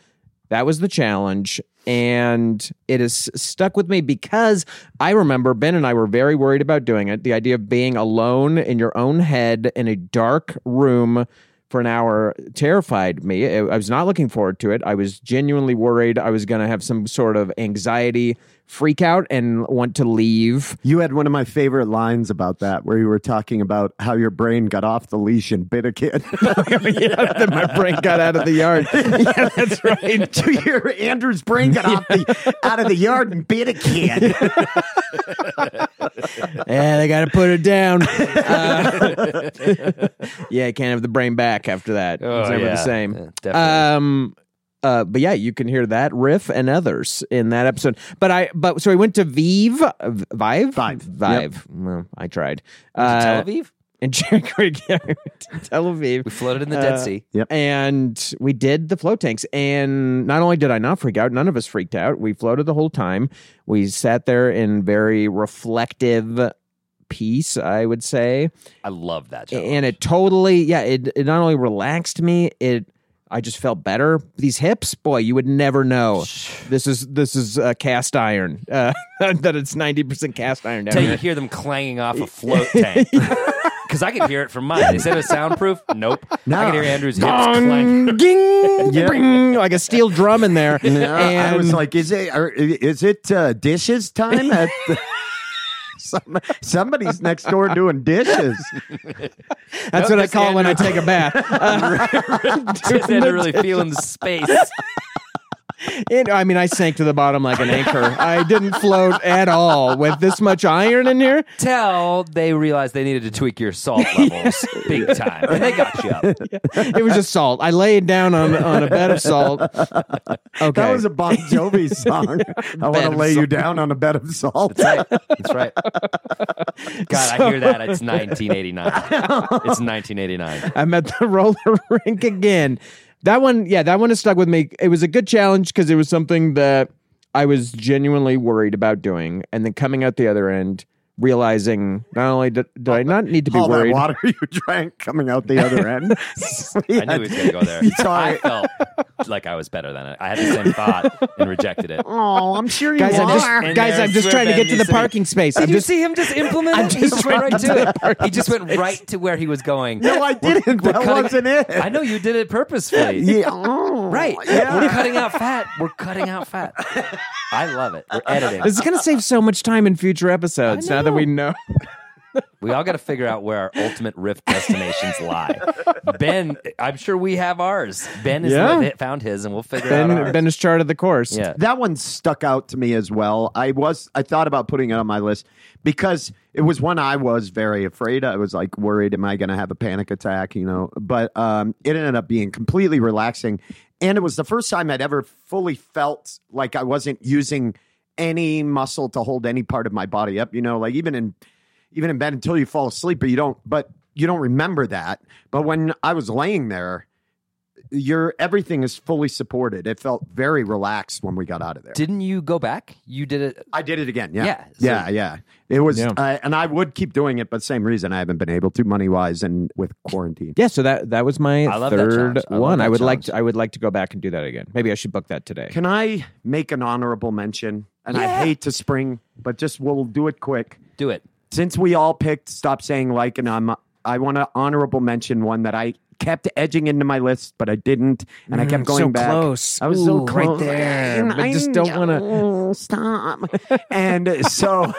S2: That was the challenge, and it has stuck with me because I remember Ben and I were very worried about doing it. The idea of being alone in your own head in a dark room. For an hour terrified me. I I was not looking forward to it. I was genuinely worried I was going to have some sort of anxiety freak out and want to leave. [LAUGHS]
S5: You had one of my favorite lines about that, where you were talking about how your brain got off the leash and bit a kid. [LAUGHS]
S2: yeah, then my brain got out of the yard. [LAUGHS] yeah, that's right.
S5: your Andrew's brain got off the out of the yard and bit a kid.
S2: Yeah, they got to put it down. [LAUGHS] Uh, [LAUGHS] yeah, can't have the brain back after that. it's never
S4: Oh, yeah.
S2: the same.
S4: Yeah, definitely.
S2: Um, uh, but yeah, you can hear that riff and others in that episode. But I, but so I went to Vive, uh, Vive,
S5: Vive.
S2: Vive. Well, I tried.
S4: Tel
S2: Uh,
S4: Aviv.
S2: and Jack Creek, yeah, I went to [LAUGHS] Tel Aviv.
S4: We floated in the Dead
S2: Uh,
S4: Sea.
S2: And we did the float tanks. And not only did I not freak out, none of us freaked out. We floated the whole time. We sat there in very reflective peace, I would say.
S4: I love that.
S5: Oh,
S4: Challenge.
S2: And it totally, yeah, it, it not only relaxed me, it I just felt better. These hips, boy, you would never know. This is this is uh, cast iron. Uh, [LAUGHS] that it's ninety percent cast iron. down
S4: Until
S2: here.
S4: you hear them clanging off
S2: [LAUGHS]
S4: a float tank. Because I could hear it from mine. They said it was soundproof. Nope. I could hear Andrew's hips clang.
S5: [LAUGHS]
S2: Dong, ging, bing, like a steel drum in there. and
S5: I was like, is it are, is it uh, dishes time? At the- Some, somebody's next door doing dishes.
S2: that's
S4: Nope,
S2: what I
S4: that's
S2: call it when I
S4: Andrew.
S2: take a bath.
S5: [LAUGHS]
S4: [LAUGHS] Just had to really feel in the space.
S2: [LAUGHS] And, I mean, I sank to the bottom like an anchor. I didn't float at all with this much iron in here.
S4: Tell they realized they needed to tweak your salt
S2: [LAUGHS]
S4: levels big time. And they got you up.
S2: It was just salt. I laid down on, on a bed of salt. Okay,
S5: That was a Bon Jovi song. I want
S2: Bed
S5: to
S2: of
S5: lay you
S2: salt.
S5: down on a bed of salt.
S4: That's right.
S5: [LAUGHS]
S4: That's right. God, I hear that. It's 1989. It's 1989.
S2: I'm at the [LAUGHS] roller rink again. That one, yeah, that one has stuck with me. It was a good challenge because it was something that I was genuinely worried about doing, and then coming out the other end, realizing not only did, did I not need to be
S5: All that
S2: worried,
S5: water [LAUGHS] you drank coming out the other end.
S4: I knew he was going to go there. I
S5: Sorry.
S4: felt like I was better than it. I had the same thought and rejected it.
S5: [LAUGHS] Oh, I'm sure you
S2: guys, I'm
S5: are.
S2: just
S4: And
S2: guys,
S4: there's
S2: I'm just trying to
S4: Ruben
S2: get to the
S4: Nissetti.
S2: parking space.
S4: Did
S2: I'm
S4: you
S2: just
S4: see him just implement it? He
S2: just
S4: just went right
S2: trying to
S4: to
S2: park
S4: it. He just went right to where he was going.
S5: no, I didn't. That
S4: cutting-
S5: wasn't it.
S4: I know you did it purposefully.
S5: Yeah. oh,
S4: Right.
S5: Yeah.
S4: We're cutting out fat. We're cutting out fat. I love it. We're editing.
S2: this is gonna save so much time in future episodes. Now that we know,
S5: [LAUGHS]
S4: We all got to figure out where our ultimate rift destinations lie. Ben, I'm sure we have ours. Ben has
S2: Yeah.
S4: li- found his, and we'll figure out
S2: Ben
S4: ours.
S2: Ben has charted the course.
S4: yeah.
S5: That one stuck out to me as well. I was I thought about putting it on my list because it was one I was very afraid. Of. I was like worried, am I going to have a panic attack? You know, but um, it ended up being completely relaxing, and it was the first time I'd ever fully felt like I wasn't using any muscle to hold any part of my body up. You know, like even in even in bed until you fall asleep, but you don't. But you don't remember that. But when I was laying there. Your everything is fully supported. It felt very relaxed when we got out of there.
S4: Didn't you go back? You did it.
S5: I did it again. Yeah.
S4: Yeah, so-
S5: yeah. yeah. It was,
S2: Yeah.
S5: uh, and I would keep doing it, but same reason I haven't been able to money wise and with quarantine.
S2: Yeah, so that that was my
S4: I love that
S2: third
S4: challenge. I love
S2: one.
S4: that
S2: I would like
S4: challenge.
S2: to, I would like to go back and do that again. Maybe I should book that today.
S5: Can I make an honorable mention? And I
S4: Yeah.
S5: hate to spring, but just we'll do it quick.
S4: Do it.
S5: Since we all picked Stop Saying Like, and I'm, I want to honorable mention one that I kept edging into my list, but I didn't. And I kept going
S2: Mm, so
S5: back.
S2: close.
S5: I was
S2: Ooh,
S5: so
S2: right
S5: close.
S2: there,
S5: And
S2: but just don't wanna-
S5: know, Stop. and so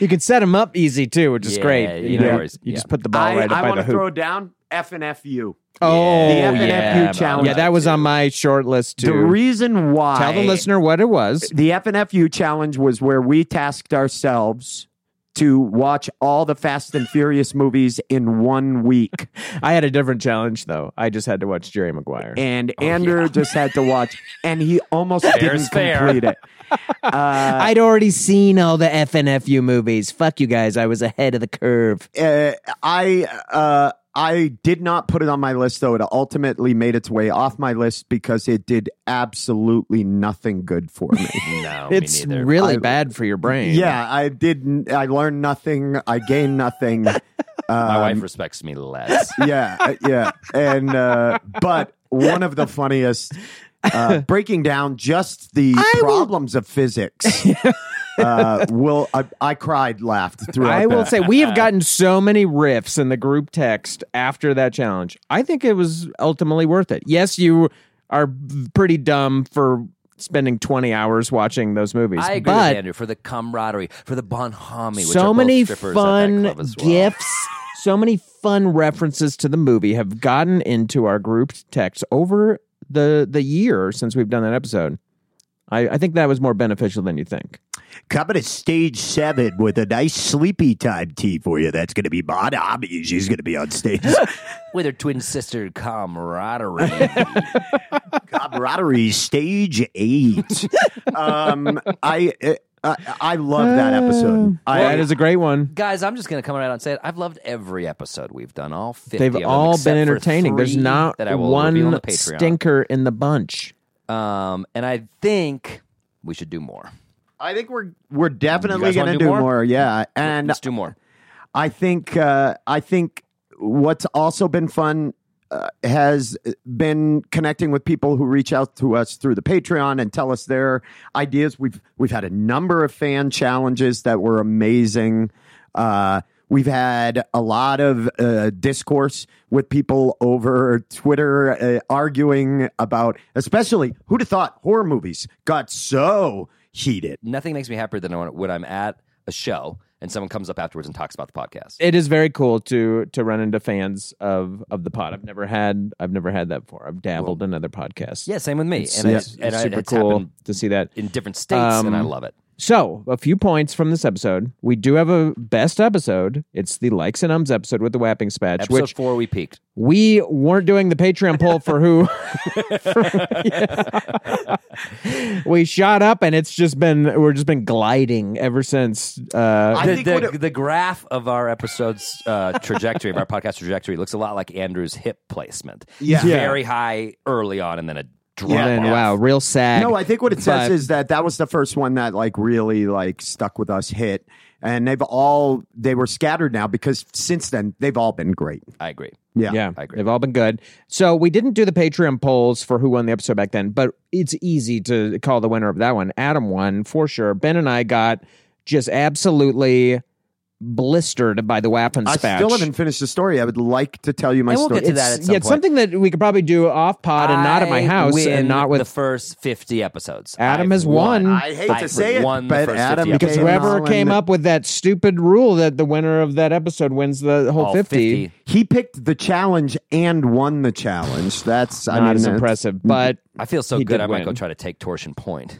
S2: You can set him up easy too, which is
S4: Yeah,
S2: great.
S4: you
S2: You,
S4: know,
S2: know,
S4: it's-
S2: you
S4: yeah.
S2: just put the [LAUGHS] ball
S5: I,
S2: right up
S5: I
S2: by
S5: want
S2: the
S5: to
S2: hoop.
S5: throw down F and FU.
S2: oh,
S5: The F and
S2: yeah.
S5: FU challenge.
S2: Yeah, that was on my short list too.
S5: The reason why.
S2: Tell the listener what it was.
S5: The FNFU challenge was where we tasked ourselves to watch all the Fast and Furious movies in one week.
S2: I had a different challenge though. I just had to watch Jerry Maguire.
S5: And Andrew just had to watch, and he almost didn't
S4: Fair's Oh, fair.
S5: complete
S4: [LAUGHS]
S5: it. Uh,
S2: I'd already seen all the FNFU movies. Fuck you guys. I was ahead of the curve.
S5: uh, I uh, I did not put it on my list though. It ultimately made its way off my list because it did absolutely nothing good for
S4: [LAUGHS]
S5: me.
S4: No,
S2: It's
S4: Oh, me neither.
S2: really bad for your brain.
S5: yeah, I didn't. I learned nothing. I gained nothing.
S4: My
S5: Um,
S4: wife respects me less.
S5: yeah, uh, yeah. And uh, but one of the funniest uh, breaking down just the problems of
S2: [LAUGHS]
S5: physics. uh, will I, I cried, laughed throughout.
S2: I will
S5: that.
S2: say we have gotten so many riffs in the group text after that challenge. I think it was ultimately worth it. Yes, you are pretty dumb for spending 20 hours watching those movies.
S4: I agree
S2: [LAUGHS] but
S4: with Andrew for the camaraderie, for the bonhomie. Which are
S2: so
S4: both
S2: many
S4: strippers at that
S2: fun
S4: club as well.
S2: gifts, so many fun references to the movie have gotten into our group text over the the year since we've done that episode. I, I think that was more beneficial than you think.
S7: Coming to stage seven with a nice sleepy time tea for you. That's going to be Mon Ami. She's going to be
S2: [LAUGHS]
S7: on stage.
S4: with her twin sister
S2: [LAUGHS]
S4: camaraderie.
S7: Camaraderie stage eight.
S5: Um, I. uh, I, I love that episode. I,
S2: Uh, that is a great one.
S4: Guys, I'm just going to come right out and say it. I've loved every episode we've done. All 50
S2: They've
S4: of them,
S2: all
S4: except
S2: been
S4: for
S2: entertaining. There's
S4: three
S2: not
S4: that I will reveal
S2: one
S4: on the Patreon.
S2: stinker in the bunch.
S4: Um, and I think we should do more.
S5: I think we're we're definitely
S4: guys wanna
S5: going to
S4: do
S5: do more?
S4: more?
S5: Yeah, and
S4: Let's do more.
S5: I think uh, I think what's also been fun uh, has been connecting with people who reach out to us through the Patreon and tell us their ideas. We've we've had a number of fan challenges that were amazing. Uh, We've had a lot of uh, discourse with people over Twitter uh, arguing about, especially who'd have thought horror movies got so heated.
S4: Nothing makes me happier than when when I'm at a show and someone comes up afterwards and talks about the podcast.
S2: It is very cool to to run into fans of of the pod. I've never had I've never had that before. I've dabbled in other podcasts.
S4: yeah, same with me.
S2: It's-
S4: and I,
S2: it's,
S4: and
S2: it's
S4: I,
S2: super
S4: it's
S2: cool
S4: happened
S2: to see that.
S4: in different states, and I
S2: Um,
S4: love it.
S2: So, a few points from this episode. We do have a best episode. It's the likes and ums episode with the whapping spatch,
S4: Episode
S2: which
S4: four, we peaked.
S2: we weren't doing the Patreon poll for who. [LAUGHS] we shot up, and it's just been we're just been gliding ever since. Uh,
S5: I
S4: the,
S5: think
S4: the,
S5: what it-
S4: the graph of our episode's uh, trajectory of our podcast trajectory looks a lot like Andrew's hip placement.
S5: Yeah.
S2: Yeah.
S4: very high early on, and then a drop
S2: and then,
S4: off.
S2: wow, real sad.
S5: No, I think what it says
S2: But-
S5: is that that was the first one that like really like stuck with us hit, and they've all they were scattered now because since then they've all been great.
S4: I agree.
S5: Yeah,
S2: Yeah,
S4: I agree.
S2: they've all been good. So we didn't do the Patreon polls for who won the episode back then, but it's easy to call the winner of that one. Adam won for sure. Ben and I got just absolutely blistered by the Waffen
S5: I
S2: spatch.
S5: still haven't finished the story. I would like to tell you my
S4: And we'll
S5: story.
S4: get to that
S2: It's-
S4: at some
S2: yeah, it's
S4: point.
S2: something that we could probably do off pod and not at my
S4: I
S2: house
S4: win
S2: and not with
S4: the first 50 episodes.
S2: Adam
S4: I've
S2: has won.
S5: I hate to
S4: I've
S5: say it,
S4: won the
S5: but
S4: first
S5: Adam
S4: 50
S5: because
S4: episodes.
S2: whoever
S5: Nolan-
S2: came up with that stupid rule that the winner of that episode wins the whole
S4: All
S2: 50.
S5: He picked the challenge and won the challenge. That's I
S2: Not
S5: mean
S2: as
S5: that's-
S2: impressive, but
S4: I feel so
S2: He
S4: good.
S2: did
S4: I might go
S2: win.
S4: try to take Torsion Point.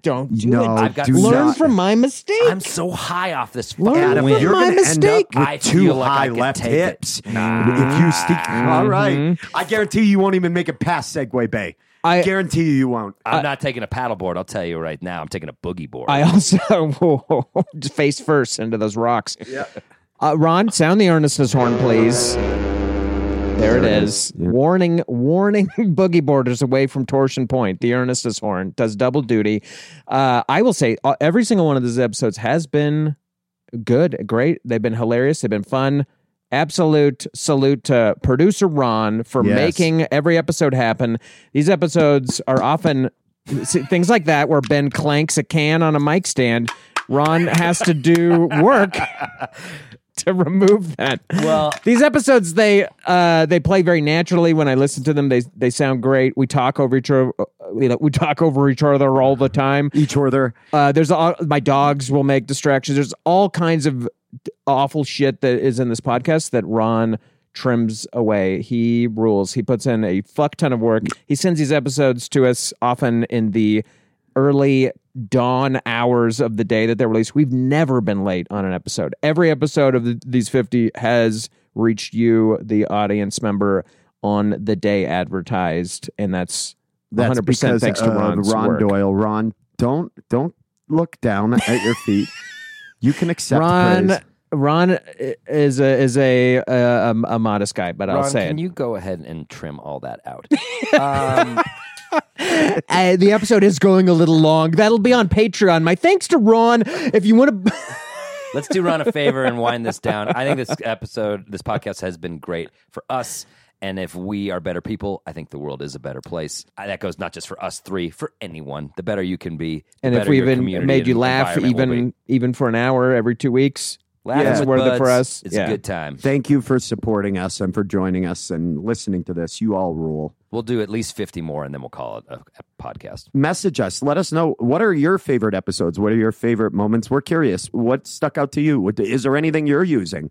S2: don't do
S5: No,
S2: it.
S4: I've got
S5: do
S2: Learn
S5: not.
S2: from my mistake.
S4: I'm so high off this fucking
S2: Learn
S5: Adam,
S2: from
S4: win.
S5: you're
S2: my
S5: gonna
S2: mistake.
S5: End up with
S4: I
S5: too
S4: feel like I
S5: high
S4: could
S5: left
S4: take it.
S5: hips. If you stick, all right, I guarantee you won't even make it past Segway Bay.
S2: Mm-hmm. I-
S5: I guarantee you, you won't.
S4: I'm not taking a paddleboard. I'll tell you right now. I'm taking a boogie board.
S2: I also [LAUGHS] whoa, just face first into those rocks. Yeah. Uh, Ron, sound the earnestness horn, please. There it is. Warning, warning, [LAUGHS] boogie boarders away from Torsion Point. The earnestness horn does double duty. Uh, I will say uh, every single one of these episodes has been good, great. They've been hilarious. They've been fun. Absolute salute to producer Ron for
S5: Yes.
S2: making every episode happen. These episodes are often see, things like that where Ben clanks a can on a mic stand. Ron has to do work to remove that.
S4: Well-
S2: these episodes they uh, they play very naturally when I listen to them. They they sound great. We talk over each other. We talk over each other all the time.
S5: Each other.
S2: Uh, there's all, my dogs will make distractions. There's all kinds of awful shit that is in this podcast that Ron trims away. He rules. He puts in a fuck ton of work. He sends these episodes to us often in the early dawn hours of the day that they're released. We've never been late on an episode. Every episode of the, these 50 has reached you, the audience member, on the day advertised. And that's.
S5: That's
S2: 100%
S5: because
S2: thanks to
S5: of
S2: Ron's
S5: Ron
S2: work.
S5: Doyle. Ron, don't don't look down at your feet. You can accept
S2: [LAUGHS] Ron
S5: praise.
S2: Ron i- is a is a uh, um, a, modest guy, but I'll
S4: Ron,
S2: say
S4: can
S2: it.
S4: you go ahead and trim all that out? um,
S2: [LAUGHS] Uh, the episode is going a little long. That'll be on Patreon. My thanks to Ron. If you [LAUGHS] want to,
S4: let's do Ron a favor and wind this down. I think this episode, this podcast has been great for us. And if we are better people, I think the world is a better place. Uh, That goes not just for us three, for anyone. The better you can be, the
S2: and if
S4: better
S2: we
S4: your
S2: even
S4: community
S2: made you
S4: and
S2: laugh,
S4: environment will
S2: even
S4: be.
S2: even for an hour every two weeks,
S4: Laughing
S2: it's
S4: with
S2: worth it for
S4: buds,
S2: us.
S4: It's
S2: yeah.
S4: a good time.
S5: Thank you for supporting us and for joining us and listening to this. You all rule.
S4: We'll do at least 50 more and then we'll call it a, a podcast.
S5: Message us. Let us know what are your favorite episodes. What are your favorite moments? We're curious. What stuck out to you? What, is there anything you're using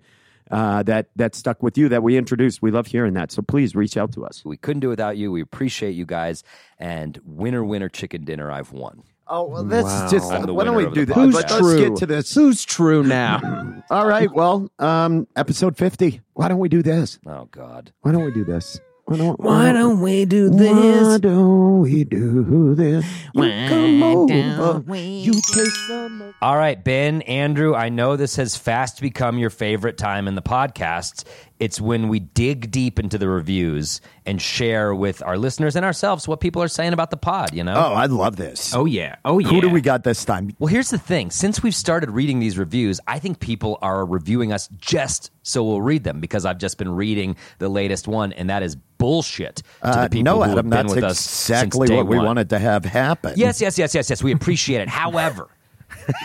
S5: uh, that that stuck with you that we introduced? We love hearing that. So please reach out to us.
S4: We couldn't do it without you. We appreciate you guys. And winner, winner, chicken dinner, I've won.
S5: Oh well, that's
S4: just- I'm the why don't winner we of the do that? podcast.
S2: Who's
S4: Let's
S2: true?
S5: get to this.
S2: Who's true now?
S5: [CLEARS THROAT] All right. Well, um, episode fifty. Why don't we do this?
S4: Oh, God.
S5: Why don't we do this? Why don't,
S2: we do
S5: Why don't we do this? You come over. You taste some. of-
S4: All right, Ben, Andrew, I know this has fast become your favorite time in the podcast. It's when we dig deep into the reviews and share with our listeners and ourselves what people are saying about the pod, you know?
S7: Oh, I love this.
S6: Oh yeah. Oh yeah.
S7: Who do we got this time?
S4: Well, here's the thing. Since we've started reading these reviews, I think people are reviewing us just so we'll read them because I've just been reading the latest one, and that is bullshit to
S7: Uh,
S4: the people
S7: no,
S4: who
S7: Adam,
S4: have been
S7: that's
S4: with us since
S7: exactly
S4: day
S7: what we
S4: one.
S7: wanted to have happen.
S4: Yes, yes, yes, yes, yes. We appreciate
S7: [LAUGHS]
S4: it. However,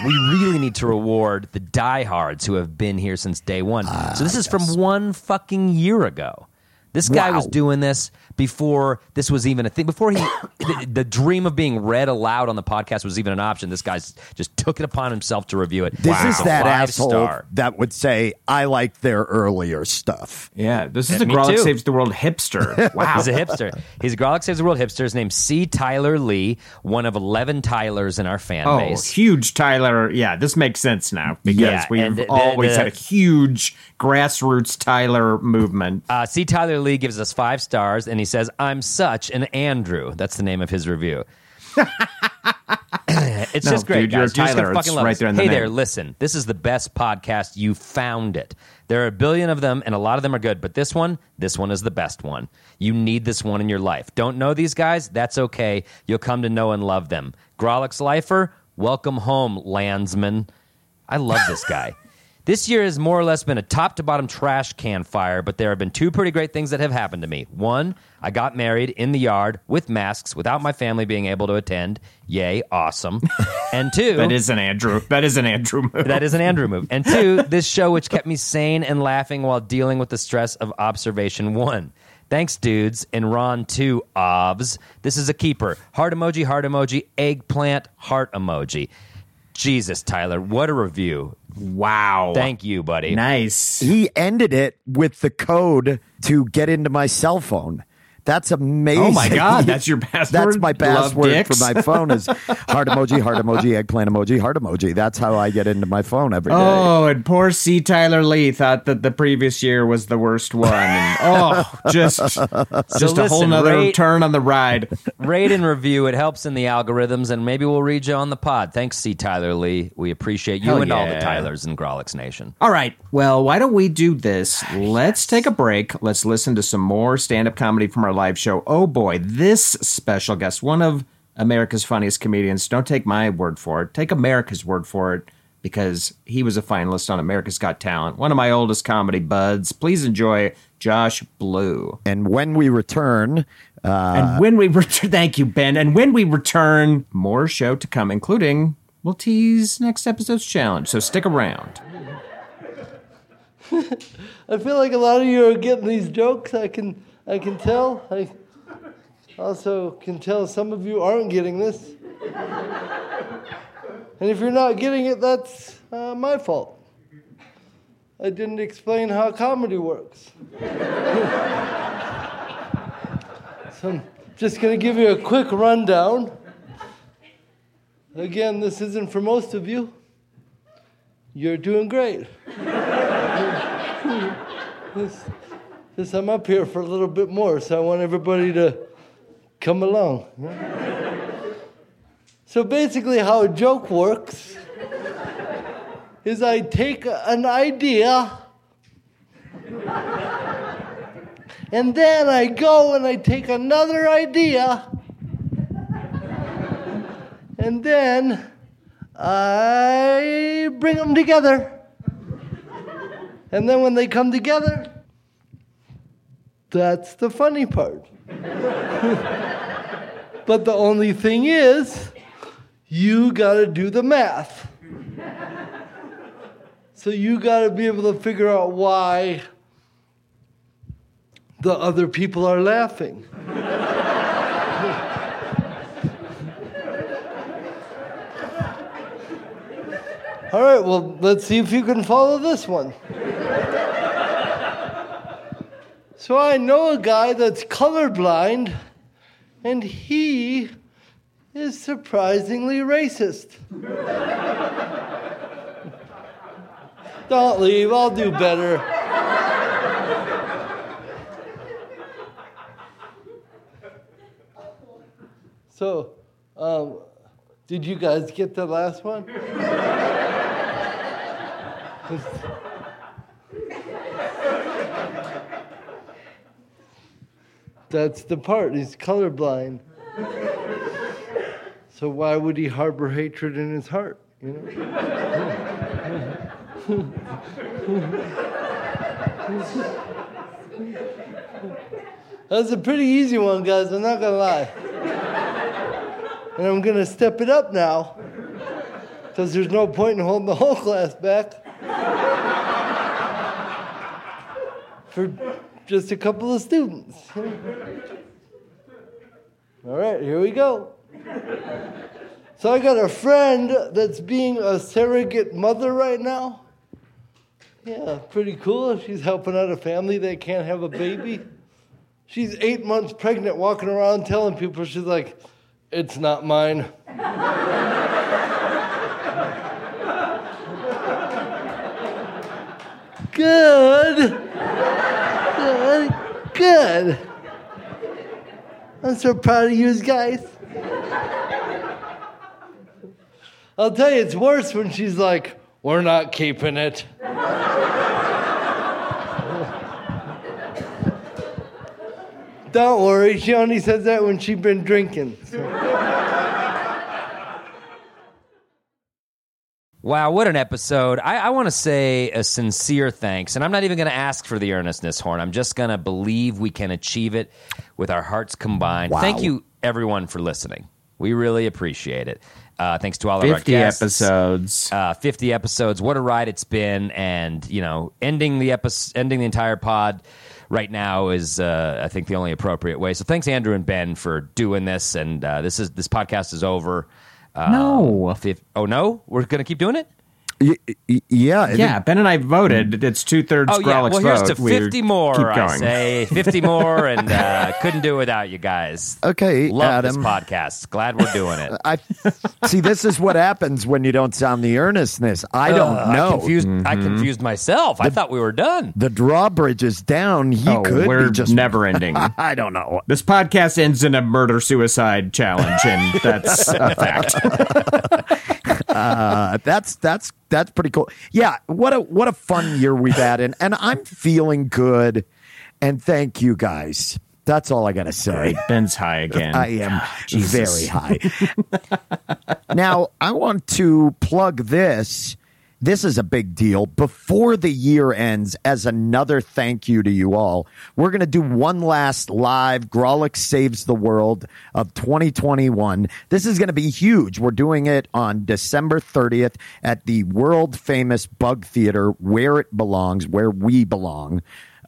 S4: we really need to reward the diehards who have been here since day one.
S7: Ah,
S4: so this is from one fucking year ago. This guy was doing this before this was even a thing. Before he, [COUGHS] the, the dream of being read aloud on the podcast was even an option. This guy's just took it upon himself to review it.
S7: This is
S4: It's a
S7: that
S4: five
S7: asshole
S4: star.
S7: that would say, I like their earlier stuff.
S6: Yeah, this is a
S4: me
S6: Grolic
S4: too.
S6: Saves the World
S2: [LAUGHS]
S6: hipster. Wow.
S4: He's a hipster. He's a Grolic Saves the World hipster. His name's C. Tyler Lee, one of 11 Tylers in our fan
S6: Oh,
S4: base.
S6: huge Tyler. Yeah, this makes sense now because
S4: Yeah,
S6: we've
S4: and the-
S6: always
S4: the-
S6: had a huge grassroots Tyler movement.
S4: Uh, C. Tyler Lee gives us five stars, and he says, "I'm such an Andrew." That's the name of his
S6: [LAUGHS]
S4: review. [CLEARS THROAT] it's
S6: No,
S4: just great,
S6: dude, you're
S4: guys.
S6: a
S4: Tyler,
S6: Tyler.
S4: fucking
S6: It's
S4: love
S6: right
S4: us.
S6: there in the
S4: Hey there,
S6: name.
S4: listen. This is the best podcast. You found it. There are a billion of them, and a lot of them are good, but this one, this one is the best one. You need this one in your life. Don't know these guys? That's okay. You'll come to know and love them. Grolix Lifer, welcome home, landsman. I love this
S6: [LAUGHS]
S4: guy. This year has more or less been a top to bottom trash can fire, but there have been two pretty great things that have happened to me. One, I got married in the yard with masks without my family being able to attend. Yay,
S6: [LAUGHS]
S4: awesome. And two,
S6: That is an Andrew. That is an Andrew move.
S4: that is an Andrew move. And two, this show which kept me sane and laughing while dealing with the stress of observation one. Thanks, dudes. And Ron two, obs. This is a keeper. Heart emoji, heart emoji, eggplant, heart emoji. Jesus, Tyler, what a review.
S6: wow.
S4: Thank you, buddy.
S6: Nice.
S7: He ended it with the code to get into my cell phone. That's amazing.
S6: Oh my
S7: [LAUGHS]
S6: God, that's your password?
S7: That's my
S6: Love
S7: password for
S6: dicks?
S7: my phone is heart emoji, heart emoji, eggplant emoji, heart emoji. That's how I get into my phone every day.
S6: Oh, and poor C. Tyler Lee thought that the previous year was the worst one. And,
S4: [LAUGHS]
S6: oh, just just a whole
S4: listen,
S6: nother
S4: rate-
S6: turn on the ride.
S4: Rate and review. It helps in the algorithms, and maybe we'll read you on the pod. Thanks, C. Tyler Lee. We appreciate you
S6: Hell
S4: and all the
S6: yeah.
S4: Tylers in Grolix Nation.
S6: All right. Well, why don't we do this? Let's take a break. Let's listen to some more stand up comedy from our live show. Oh boy, this special guest, one of America's funniest comedians. Don't take my word for it, take America's word for it because he was a finalist on America's Got Talent, one of my oldest comedy buds. Please enjoy Josh Blue.
S7: And when we return,
S6: and when we return, [LAUGHS] thank you, Ben. And when we return, more show to come, including we'll tease next episode's challenge. So stick around.
S9: I feel like a lot of you are getting these jokes. I can I can tell. I also can tell some of you aren't getting this. And if you're not getting it, that's uh, my fault. I didn't explain how comedy works. [LAUGHS] so I'm just going to give you a quick rundown. Again, this isn't for most of you. You're doing great. this, this, I'm up here for a little bit more, so I want everybody to come along. so basically, how a joke works is I take an idea and then I go and I take another idea and then I bring them together. And then when they come together, that's the funny part. but the only thing is, you gotta do the math. So you gotta be able to figure out why the other people are laughing. All right, well, let's see if you can follow this one. so I know a guy that's colorblind, and he is surprisingly racist. [LAUGHS] Don't leave, I'll do better. so, um, did you guys get the last one? That's the part, he's colorblind. So why would he harbor hatred in his heart? You know? That's a pretty easy one, guys, I'm not gonna lie. And I'm gonna step it up now. Because there's no point in holding the whole class back. for just a couple of students. All right, here we go. So I got a friend that's being a surrogate mother right now. Yeah, pretty cool. She's helping out a family that can't have a baby. She's eight months pregnant, walking around telling people, she's like, it's not mine. [LAUGHS] Good. Good. Good. I'm so proud of you guys. I'll tell you, it's worse when she's like, we're not keeping it. Don't worry, she only says that when she's been drinking.
S4: Wow, what an episode. I, I want to say a sincere thanks. And I'm not even going to ask for the earnestness horn. I'm just going to believe we can achieve it with our hearts combined.
S5: Wow.
S4: Thank you, everyone, for listening. We really appreciate it. Uh, thanks to all of our
S6: 50
S4: guests.
S6: episodes.
S4: Uh, 50 episodes. What a ride it's been. And, you know, ending the episode, ending the entire pod right now is, uh, I think, the only appropriate way. So thanks, Andrew and Ben, for doing this. And uh, this is this podcast is over. Uh,
S6: No.
S4: fif- oh, no? We're going to keep doing it?
S5: Y- y- yeah. I Hmm.
S6: Yeah, Ben and I voted. It's two thirds
S4: Oh yeah,
S6: Grolix
S4: well here's to
S6: vote. We
S4: fifty more.
S6: Keep
S4: I
S6: going.
S4: say fifty more, and uh, [LAUGHS] couldn't do without you guys.
S5: Okay,
S4: love this
S5: Adam. Uh,
S4: podcast. Glad we're
S5: [LAUGHS]
S4: doing it.
S5: I see. This is what happens when you don't sound the earnestness. I don't
S4: Uh, I
S5: know.
S4: confused,
S6: Mm-hmm.
S4: I confused myself. I thought we were done.
S5: the drawbridge is down. He
S6: Oh,
S5: could
S6: we're
S5: be just.
S6: never
S5: [LAUGHS]
S6: ending.
S5: I don't know.
S6: This podcast ends in a murder suicide challenge, and
S5: [LAUGHS]
S6: that's a fact.
S5: Uh, that's that's that's pretty cool. Yeah. What a what a fun year we've had, and and I'm feeling good. And thank you guys. That's all I gotta
S2: [LAUGHS]
S5: say.
S6: Ben's high again.
S5: I am
S6: Jesus.
S5: very high. now, I want to plug this. This is a big deal. Before the year ends, as another thank you to you all, we're going to do one last live Grolic Saves the World of 2021. This is going to be huge. We're doing it on December 30th at the world famous Bug Theater, where it belongs, where we belong.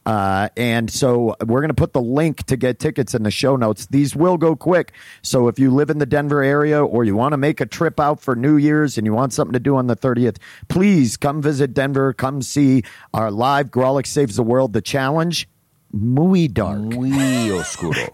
S5: Uh, and so we're going to put the link to get tickets in the show notes. These will go quick. So if you live in the Denver area or you want to make a trip out for New Year's and you want something to do on the 30th, please come visit Denver. Come see our live Grolic Saves the World, the challenge. Muy dark.
S4: Muy oscuro.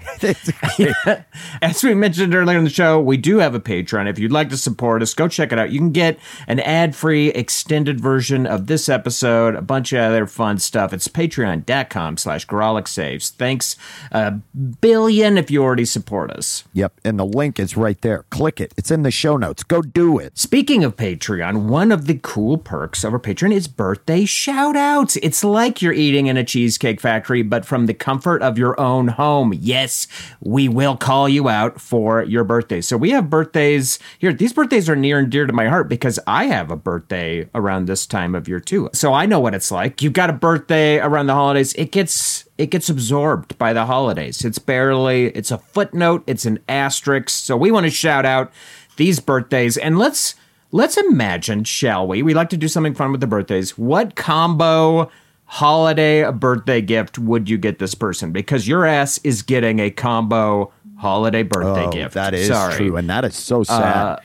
S2: As we mentioned earlier in the show, we do have a Patreon. If you'd like to support us, go check it out. You can get an ad free extended version of this episode, a bunch of other fun stuff. It's patreon.com slash Gorolic Saves. Thanks a billion if you already support us.
S5: [LAUGHS] Yep. And the link is right there. Click it. It's in the show notes. Go do it.
S2: Speaking of Patreon, one of the cool perks of our Patreon is birthday shout outs. It's like you're eating in a cheesecake factory, but from the comfort of your own home. Yes, we will call you out for your birthday. So we have birthdays here. These birthdays are near and dear to my heart because I have a birthday around this time of year too. So I know what it's like. You've got a birthday around the holidays. It gets it gets absorbed by the holidays. It's barely it's a footnote, it's an asterisk. So we want to shout out these birthdays and let's let's imagine, shall we? We like to do something fun with the birthdays. What combo holiday birthday gift would you get this person? Because your ass is getting a combo holiday birthday
S5: Oh,
S2: gift.
S5: That is
S2: Sorry.
S5: true. And that is
S4: Uh,
S5: so sad.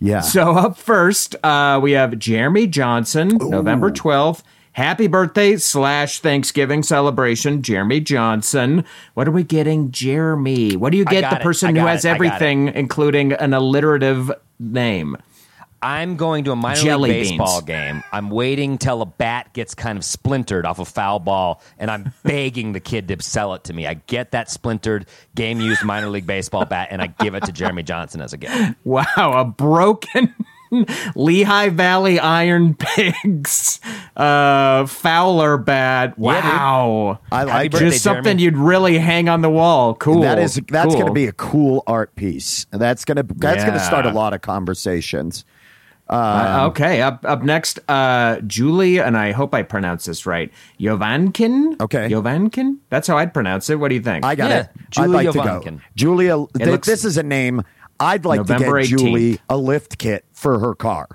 S5: yeah.
S2: So up first, uh, we have Jeremy Johnson, November twelfth. Happy birthday slash Thanksgiving celebration, Jeremy Johnson. What are we getting, Jeremy? What do you
S4: I
S2: get
S4: got
S2: the
S4: it. I
S2: person who
S4: got
S2: has
S4: it. I got it.
S2: everything, including an alliterative name?
S4: I'm going to a minor
S2: Jelly
S4: league
S2: beans.
S4: baseball game. I'm waiting till a bat gets kind of splintered off a foul ball,
S5: [LAUGHS]
S4: and I'm begging the kid to sell it to me. I get that splintered game used minor league baseball bat, and I give it to Jeremy Johnson as a gift.
S2: Wow, a broken [LAUGHS] Lehigh Valley Iron Pigs uh, Fowler bat.
S4: Yeah, dude.
S2: Wow.
S5: I like
S4: birthday,
S2: Just something
S4: Jeremy.
S2: you'd really hang on the wall. Cool.
S5: That is that's
S2: Cool.
S5: going to be a cool art piece. And That's going to that's going to
S2: Yeah.
S5: start a lot of conversations.
S2: Uh, okay, up up next, uh, Julie, and I hope I pronounce this right. Jovankin?
S5: Okay.
S2: Jovankin? That's how I'd pronounce it. What do you think?
S5: I got
S4: Yeah,
S5: it.
S4: Julia
S5: I'd like to go.
S4: Vonnegut.
S5: Julia, th-
S2: looks-
S5: this is a name I'd like
S2: November
S5: to
S2: 18th.
S5: get Julie a lift kit for her car.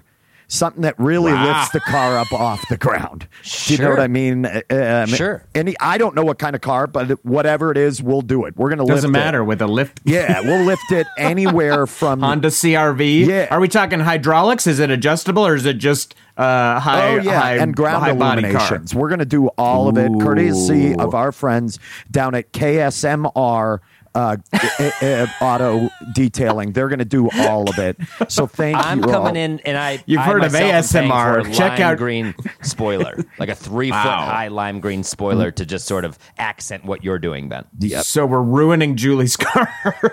S5: Something that really lifts the car up off the ground. Do you know
S4: Sure.
S5: what I mean? Uh, Um,
S4: Sure.
S5: Any, I don't know what kind of car, but whatever it is, we'll do it. We're going to lift
S2: Doesn't
S5: it.
S2: matter with a lift
S5: Yeah, we'll lift it anywhere from
S2: [LAUGHS] Honda CRV.
S5: Yeah.
S2: Are we talking hydraulics? Is it adjustable or is it just uh, high?
S5: oh yeah,
S2: high,
S5: and ground
S2: high body car?
S5: illuminations. We're going to do all of it, courtesy of our friends down at KSMR uh, [LAUGHS] uh, uh, Auto Detailing. They're going to do all of it.
S2: [LAUGHS]
S5: So thank
S4: I'm
S5: you. all.
S4: coming in, and I
S2: You've
S4: I
S2: heard of
S4: myself am paying
S2: ASMR.
S4: for a
S2: Check
S4: lime
S2: out- [LAUGHS]
S4: green spoiler, like a three foot high lime green spoiler to just sort of accent what you're doing, Ben.
S2: So we're ruining Julie's [LAUGHS] car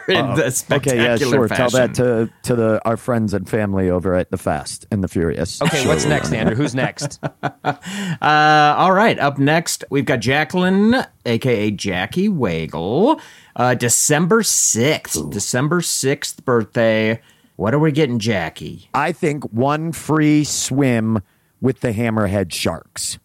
S2: in the
S5: Okay,
S2: spectacular
S5: yeah, sure.
S2: fashion.
S5: Tell that to to the our friends and family over at the Fast and the Furious.
S4: Okay,
S5: Sure,
S4: what's
S5: we're
S4: next,
S5: running.
S4: Andrew?
S2: [LAUGHS]
S4: Who's next?
S2: Uh, all right, up next, we've got Jacqueline, aka Jackie Wagle, uh, December 6th. December 6th birthday. What are we getting, Jackie?
S5: I think one free swim with the hammerhead sharks.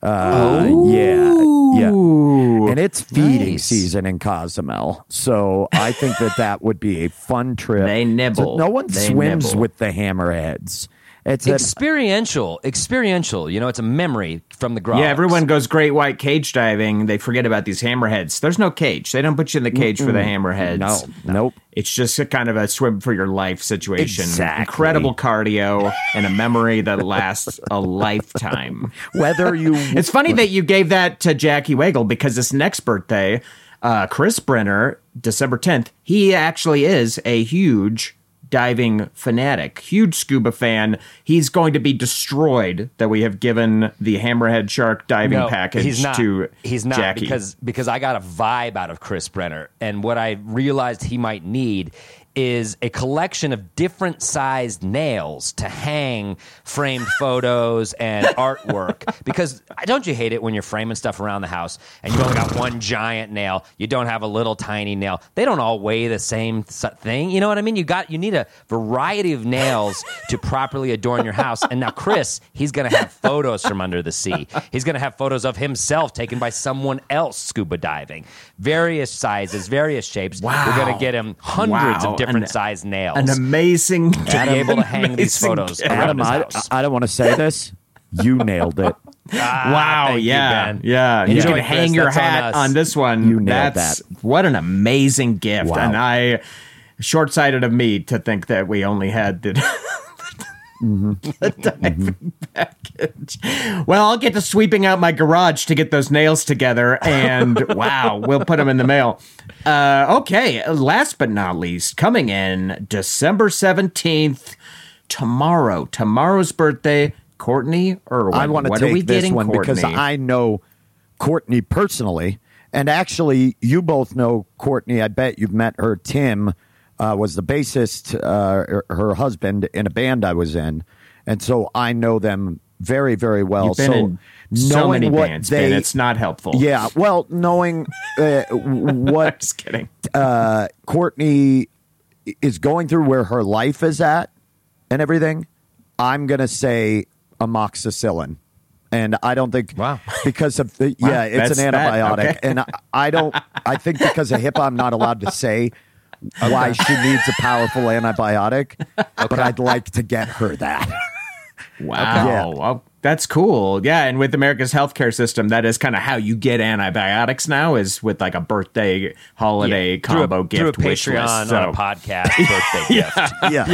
S5: Uh, yeah, yeah.
S2: Ooh.
S5: and it's feeding
S2: Nice.
S5: season in Cozumel. So I think that that would be a fun trip.
S2: They nibble.
S5: So no one
S2: They
S5: swims
S2: nibble.
S5: with the hammerheads. It's an,
S4: experiential, experiential. You know, it's a memory from the garage.
S2: Yeah, everyone goes great white cage diving. They forget about these hammerheads. There's no cage. They don't put you in the cage for the hammerheads.
S5: no, nope.
S2: It's just a kind of a swim for your life situation.
S5: Exactly.
S2: Incredible cardio and a memory that lasts a [LAUGHS] lifetime.
S5: Whether you
S2: [LAUGHS] It's funny that you gave that to Jackie Wagle because this next birthday, uh, Chris Brenner, December 10th, he actually is a huge diving fanatic, huge scuba fan. He's going to be destroyed that we have given the hammerhead shark diving
S4: No,
S2: package
S4: he's not.
S2: to
S4: he's not
S2: Jackie.
S4: because because I got a vibe out of Chris Brenner, and what I realized he might need is a collection of different sized nails to hang
S2: [LAUGHS]
S4: framed photos and artwork. Because I- don't you hate it when you're framing stuff around the house and you only got one giant nail, you don't have a little tiny nail. They don't all weigh the same s- thing. You know what I mean? You got you need a variety of
S2: [LAUGHS]
S4: nails to properly adorn your house. And now Chris, he's gonna have photos from under the sea. He's gonna have photos of himself taken by someone else scuba diving. Various sizes, various shapes. We're gonna get him hundreds
S2: Wow.
S4: of different
S2: An-
S4: sized nails
S2: An amazing
S4: to be able to hang
S2: [LAUGHS]
S4: these
S2: amazing
S4: photos
S2: gift.
S4: around
S5: Adam,
S4: his
S5: I,
S4: house.
S5: I don't want to say this. You nailed it.
S2: Wow!
S4: Ah, thank you,
S2: yeah,
S4: Ben.
S2: yeah. You
S4: Enjoy,
S2: can hang
S4: Chris.
S2: your
S4: That's on
S2: hat
S4: us.
S2: on, this one.
S5: You nailed
S2: That's,
S5: that.
S2: What an amazing gift!
S5: Wow.
S2: And I, short-sighted of me to think that we only had the. [LAUGHS] the diving package. Well, I'll get to sweeping out my garage to get those nails together,
S4: [LAUGHS]
S2: and wow, we'll put them in the mail. Uh, okay, last but not least, coming in December 17th, tomorrow, tomorrow's birthday, Courtney Irwin.
S5: I want to
S2: What are we
S5: take this
S2: getting,
S5: one because
S2: Courtney?
S5: I know Courtney personally, and actually, you both know Courtney. I bet you've met her. Tim uh, was the bassist, uh, her- her husband in a band I was in, and so I know them very, very well.
S2: You've been
S5: so
S2: in so
S5: knowing
S2: many
S5: what
S2: bands,
S5: they,
S2: Ben. It's not helpful.
S5: Yeah, well, knowing uh, w- what
S2: Just kidding.
S5: uh, Courtney is going through where her life is at and everything, I'm going to say amoxicillin. And I don't think
S4: Wow.
S5: because of the, yeah, it's
S2: that's
S5: an
S2: that,
S5: antibiotic.
S2: okay.
S5: And I, I don't, I think because of HIPAA, I'm not allowed to say why she needs a powerful antibiotic, but I'd like to get her that.
S2: Wow.
S5: Okay.
S2: Well, that's cool. Yeah, and with America's healthcare system, that is kind of how you get antibiotics now is with like a birthday holiday combo
S4: through a,
S2: gift
S4: through a
S2: wish
S4: Patreon
S2: list.
S4: on
S2: So
S4: a podcast
S2: [LAUGHS]
S4: birthday gift.
S5: Yeah.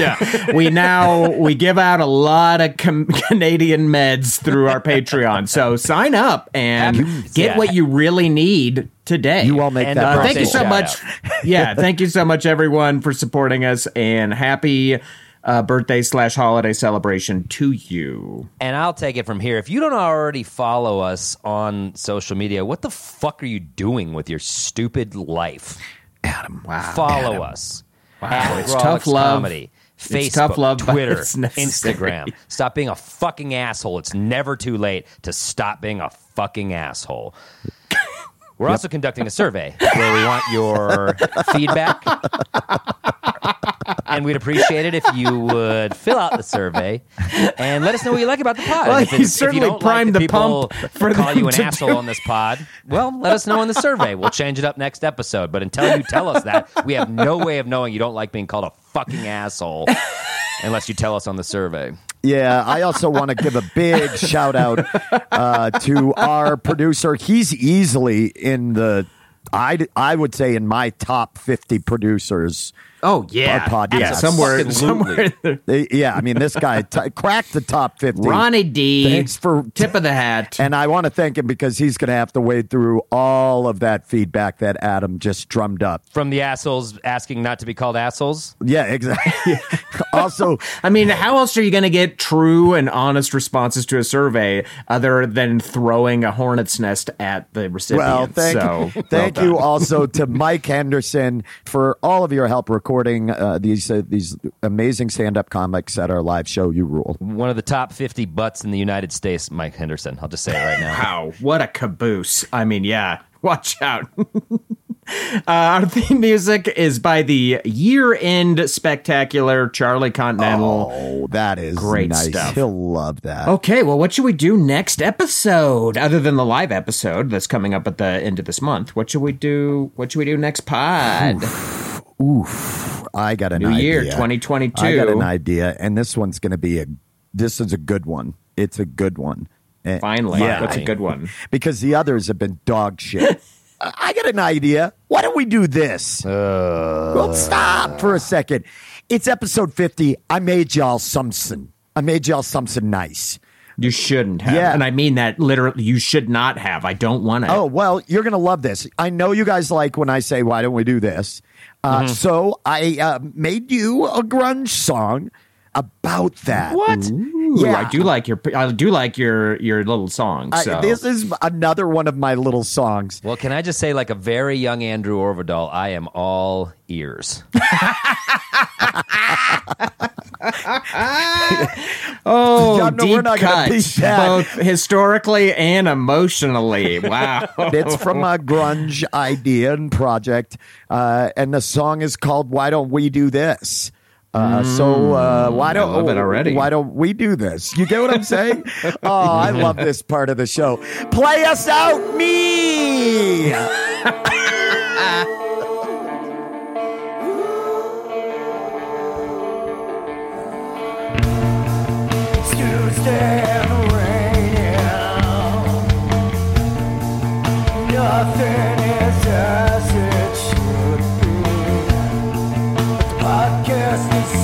S4: [LAUGHS]
S2: yeah, we now we give out a lot of com- [LAUGHS] Canadian meds through our Patreon. So sign up and get
S4: yeah.
S2: what you really need today.
S5: You all make
S4: And,
S5: that.
S4: uh,
S2: thank you
S4: birthday
S2: so much.
S4: [LAUGHS]
S2: yeah, thank you so much, everyone, for supporting us, and happy uh, birthday slash holiday celebration to you.
S4: And I'll take it from here. If you don't already follow us on social media, what the fuck are you doing with your stupid life?
S2: Wow,
S4: Follow us. Wow,
S2: It's tough love.
S4: Comedy. Facebook,
S2: It's tough love, but
S4: Twitter,
S2: it's [LAUGHS] necessary.
S4: Instagram. Stop being a fucking asshole. It's never too late to stop being a fucking asshole. We're also conducting a survey where we want your [LAUGHS] feedback. and we'd appreciate it if you would fill out the survey and let us know what you like about the pod.
S2: Well,
S4: And if
S2: you
S4: it's- if
S2: certainly
S4: don't
S2: primed
S4: like that
S2: the
S4: people
S2: pump for
S4: call
S2: them
S4: you an
S2: to
S4: asshole on this pod. Well, let us know in the survey. We'll change it up next episode. But until you tell us that, we have no way of knowing you don't like being called a fucking asshole unless you tell us on the survey.
S5: Yeah, I also want to give a big shout out uh, to our producer. He's easily in the, I, I would say, in my top 50 producers.
S2: Oh yeah,
S5: Our podcast.
S2: yeah, somewhere,
S4: Absolutely.
S2: somewhere. in there.
S5: Uh, Yeah, I mean, this guy t- cracked the top 50.
S2: [LAUGHS] Ronnie D.
S5: Thanks for-
S2: tip of the hat.
S5: And I want to thank him because he's going to have to wade through all of that feedback that Adam just drummed up.
S4: From the assholes asking not to be called assholes.
S5: Yeah, exactly. [LAUGHS] also,
S2: I mean, how else are you going to get true and honest responses to a survey other than throwing a hornet's nest at the recipient?
S5: well, thank,
S2: so, well
S5: thank you
S2: done.
S5: also to Mike Henderson for all of your help recording uh, these uh, these amazing stand up comics at our live show. You rule.
S4: One of the top 50 butts in the United States, Mike Henderson. I'll just say it right now.
S2: Wow, what a caboose. I mean, yeah, watch out. [LAUGHS] Uh, our theme music is by the year end spectacular Charlie Continental.
S5: Oh, that is
S2: Great
S5: nice.
S2: stuff. Oh,
S5: He'll love that.
S2: Okay, well, what should we do next episode? Other than the live episode that's coming up at the end of this month, what should we do? What should we do next pod?
S5: I got an
S2: New
S5: idea.
S2: year, 2022.
S5: I got an idea, and this one's going to be a. This is a good one. It's a good one. Eh,
S2: Finally,
S5: Yeah.
S2: that's a good one.
S5: because the others have been dog shit. I I got an idea. Why don't we do this? well, stop for a second. It's episode 50. I made y'all something. I made y'all something nice.
S2: You shouldn't have,
S5: Yeah.
S2: and I mean that literally. You should not have. I don't want to.
S5: Oh, well, you're going to love this. I know you guys like when I say, why don't we do this? Uh, So I uh, made you a grunge song about that.
S10: What?
S2: Ooh, I do like your I do like your your little song.
S5: I-
S2: So
S5: this is another one of my little songs.
S4: Well, can I just say, like a very young Andrew Orvidal, I am all ears.
S2: oh,
S5: Yeah, no, we're
S2: deep
S5: not gonna
S2: cuts,
S5: beat that.
S2: both historically and emotionally. Wow,
S5: [LAUGHS] It's from
S2: [LAUGHS]
S5: a grunge idea and project, uh, and the song is called "Why Don't We Do This." Uh, so uh, why don't
S2: Hmm, love it already.
S5: why don't we do this? You get what I'm
S2: [LAUGHS]
S5: saying? oh, I love this part of the show. Play us out, me.
S11: Podcast is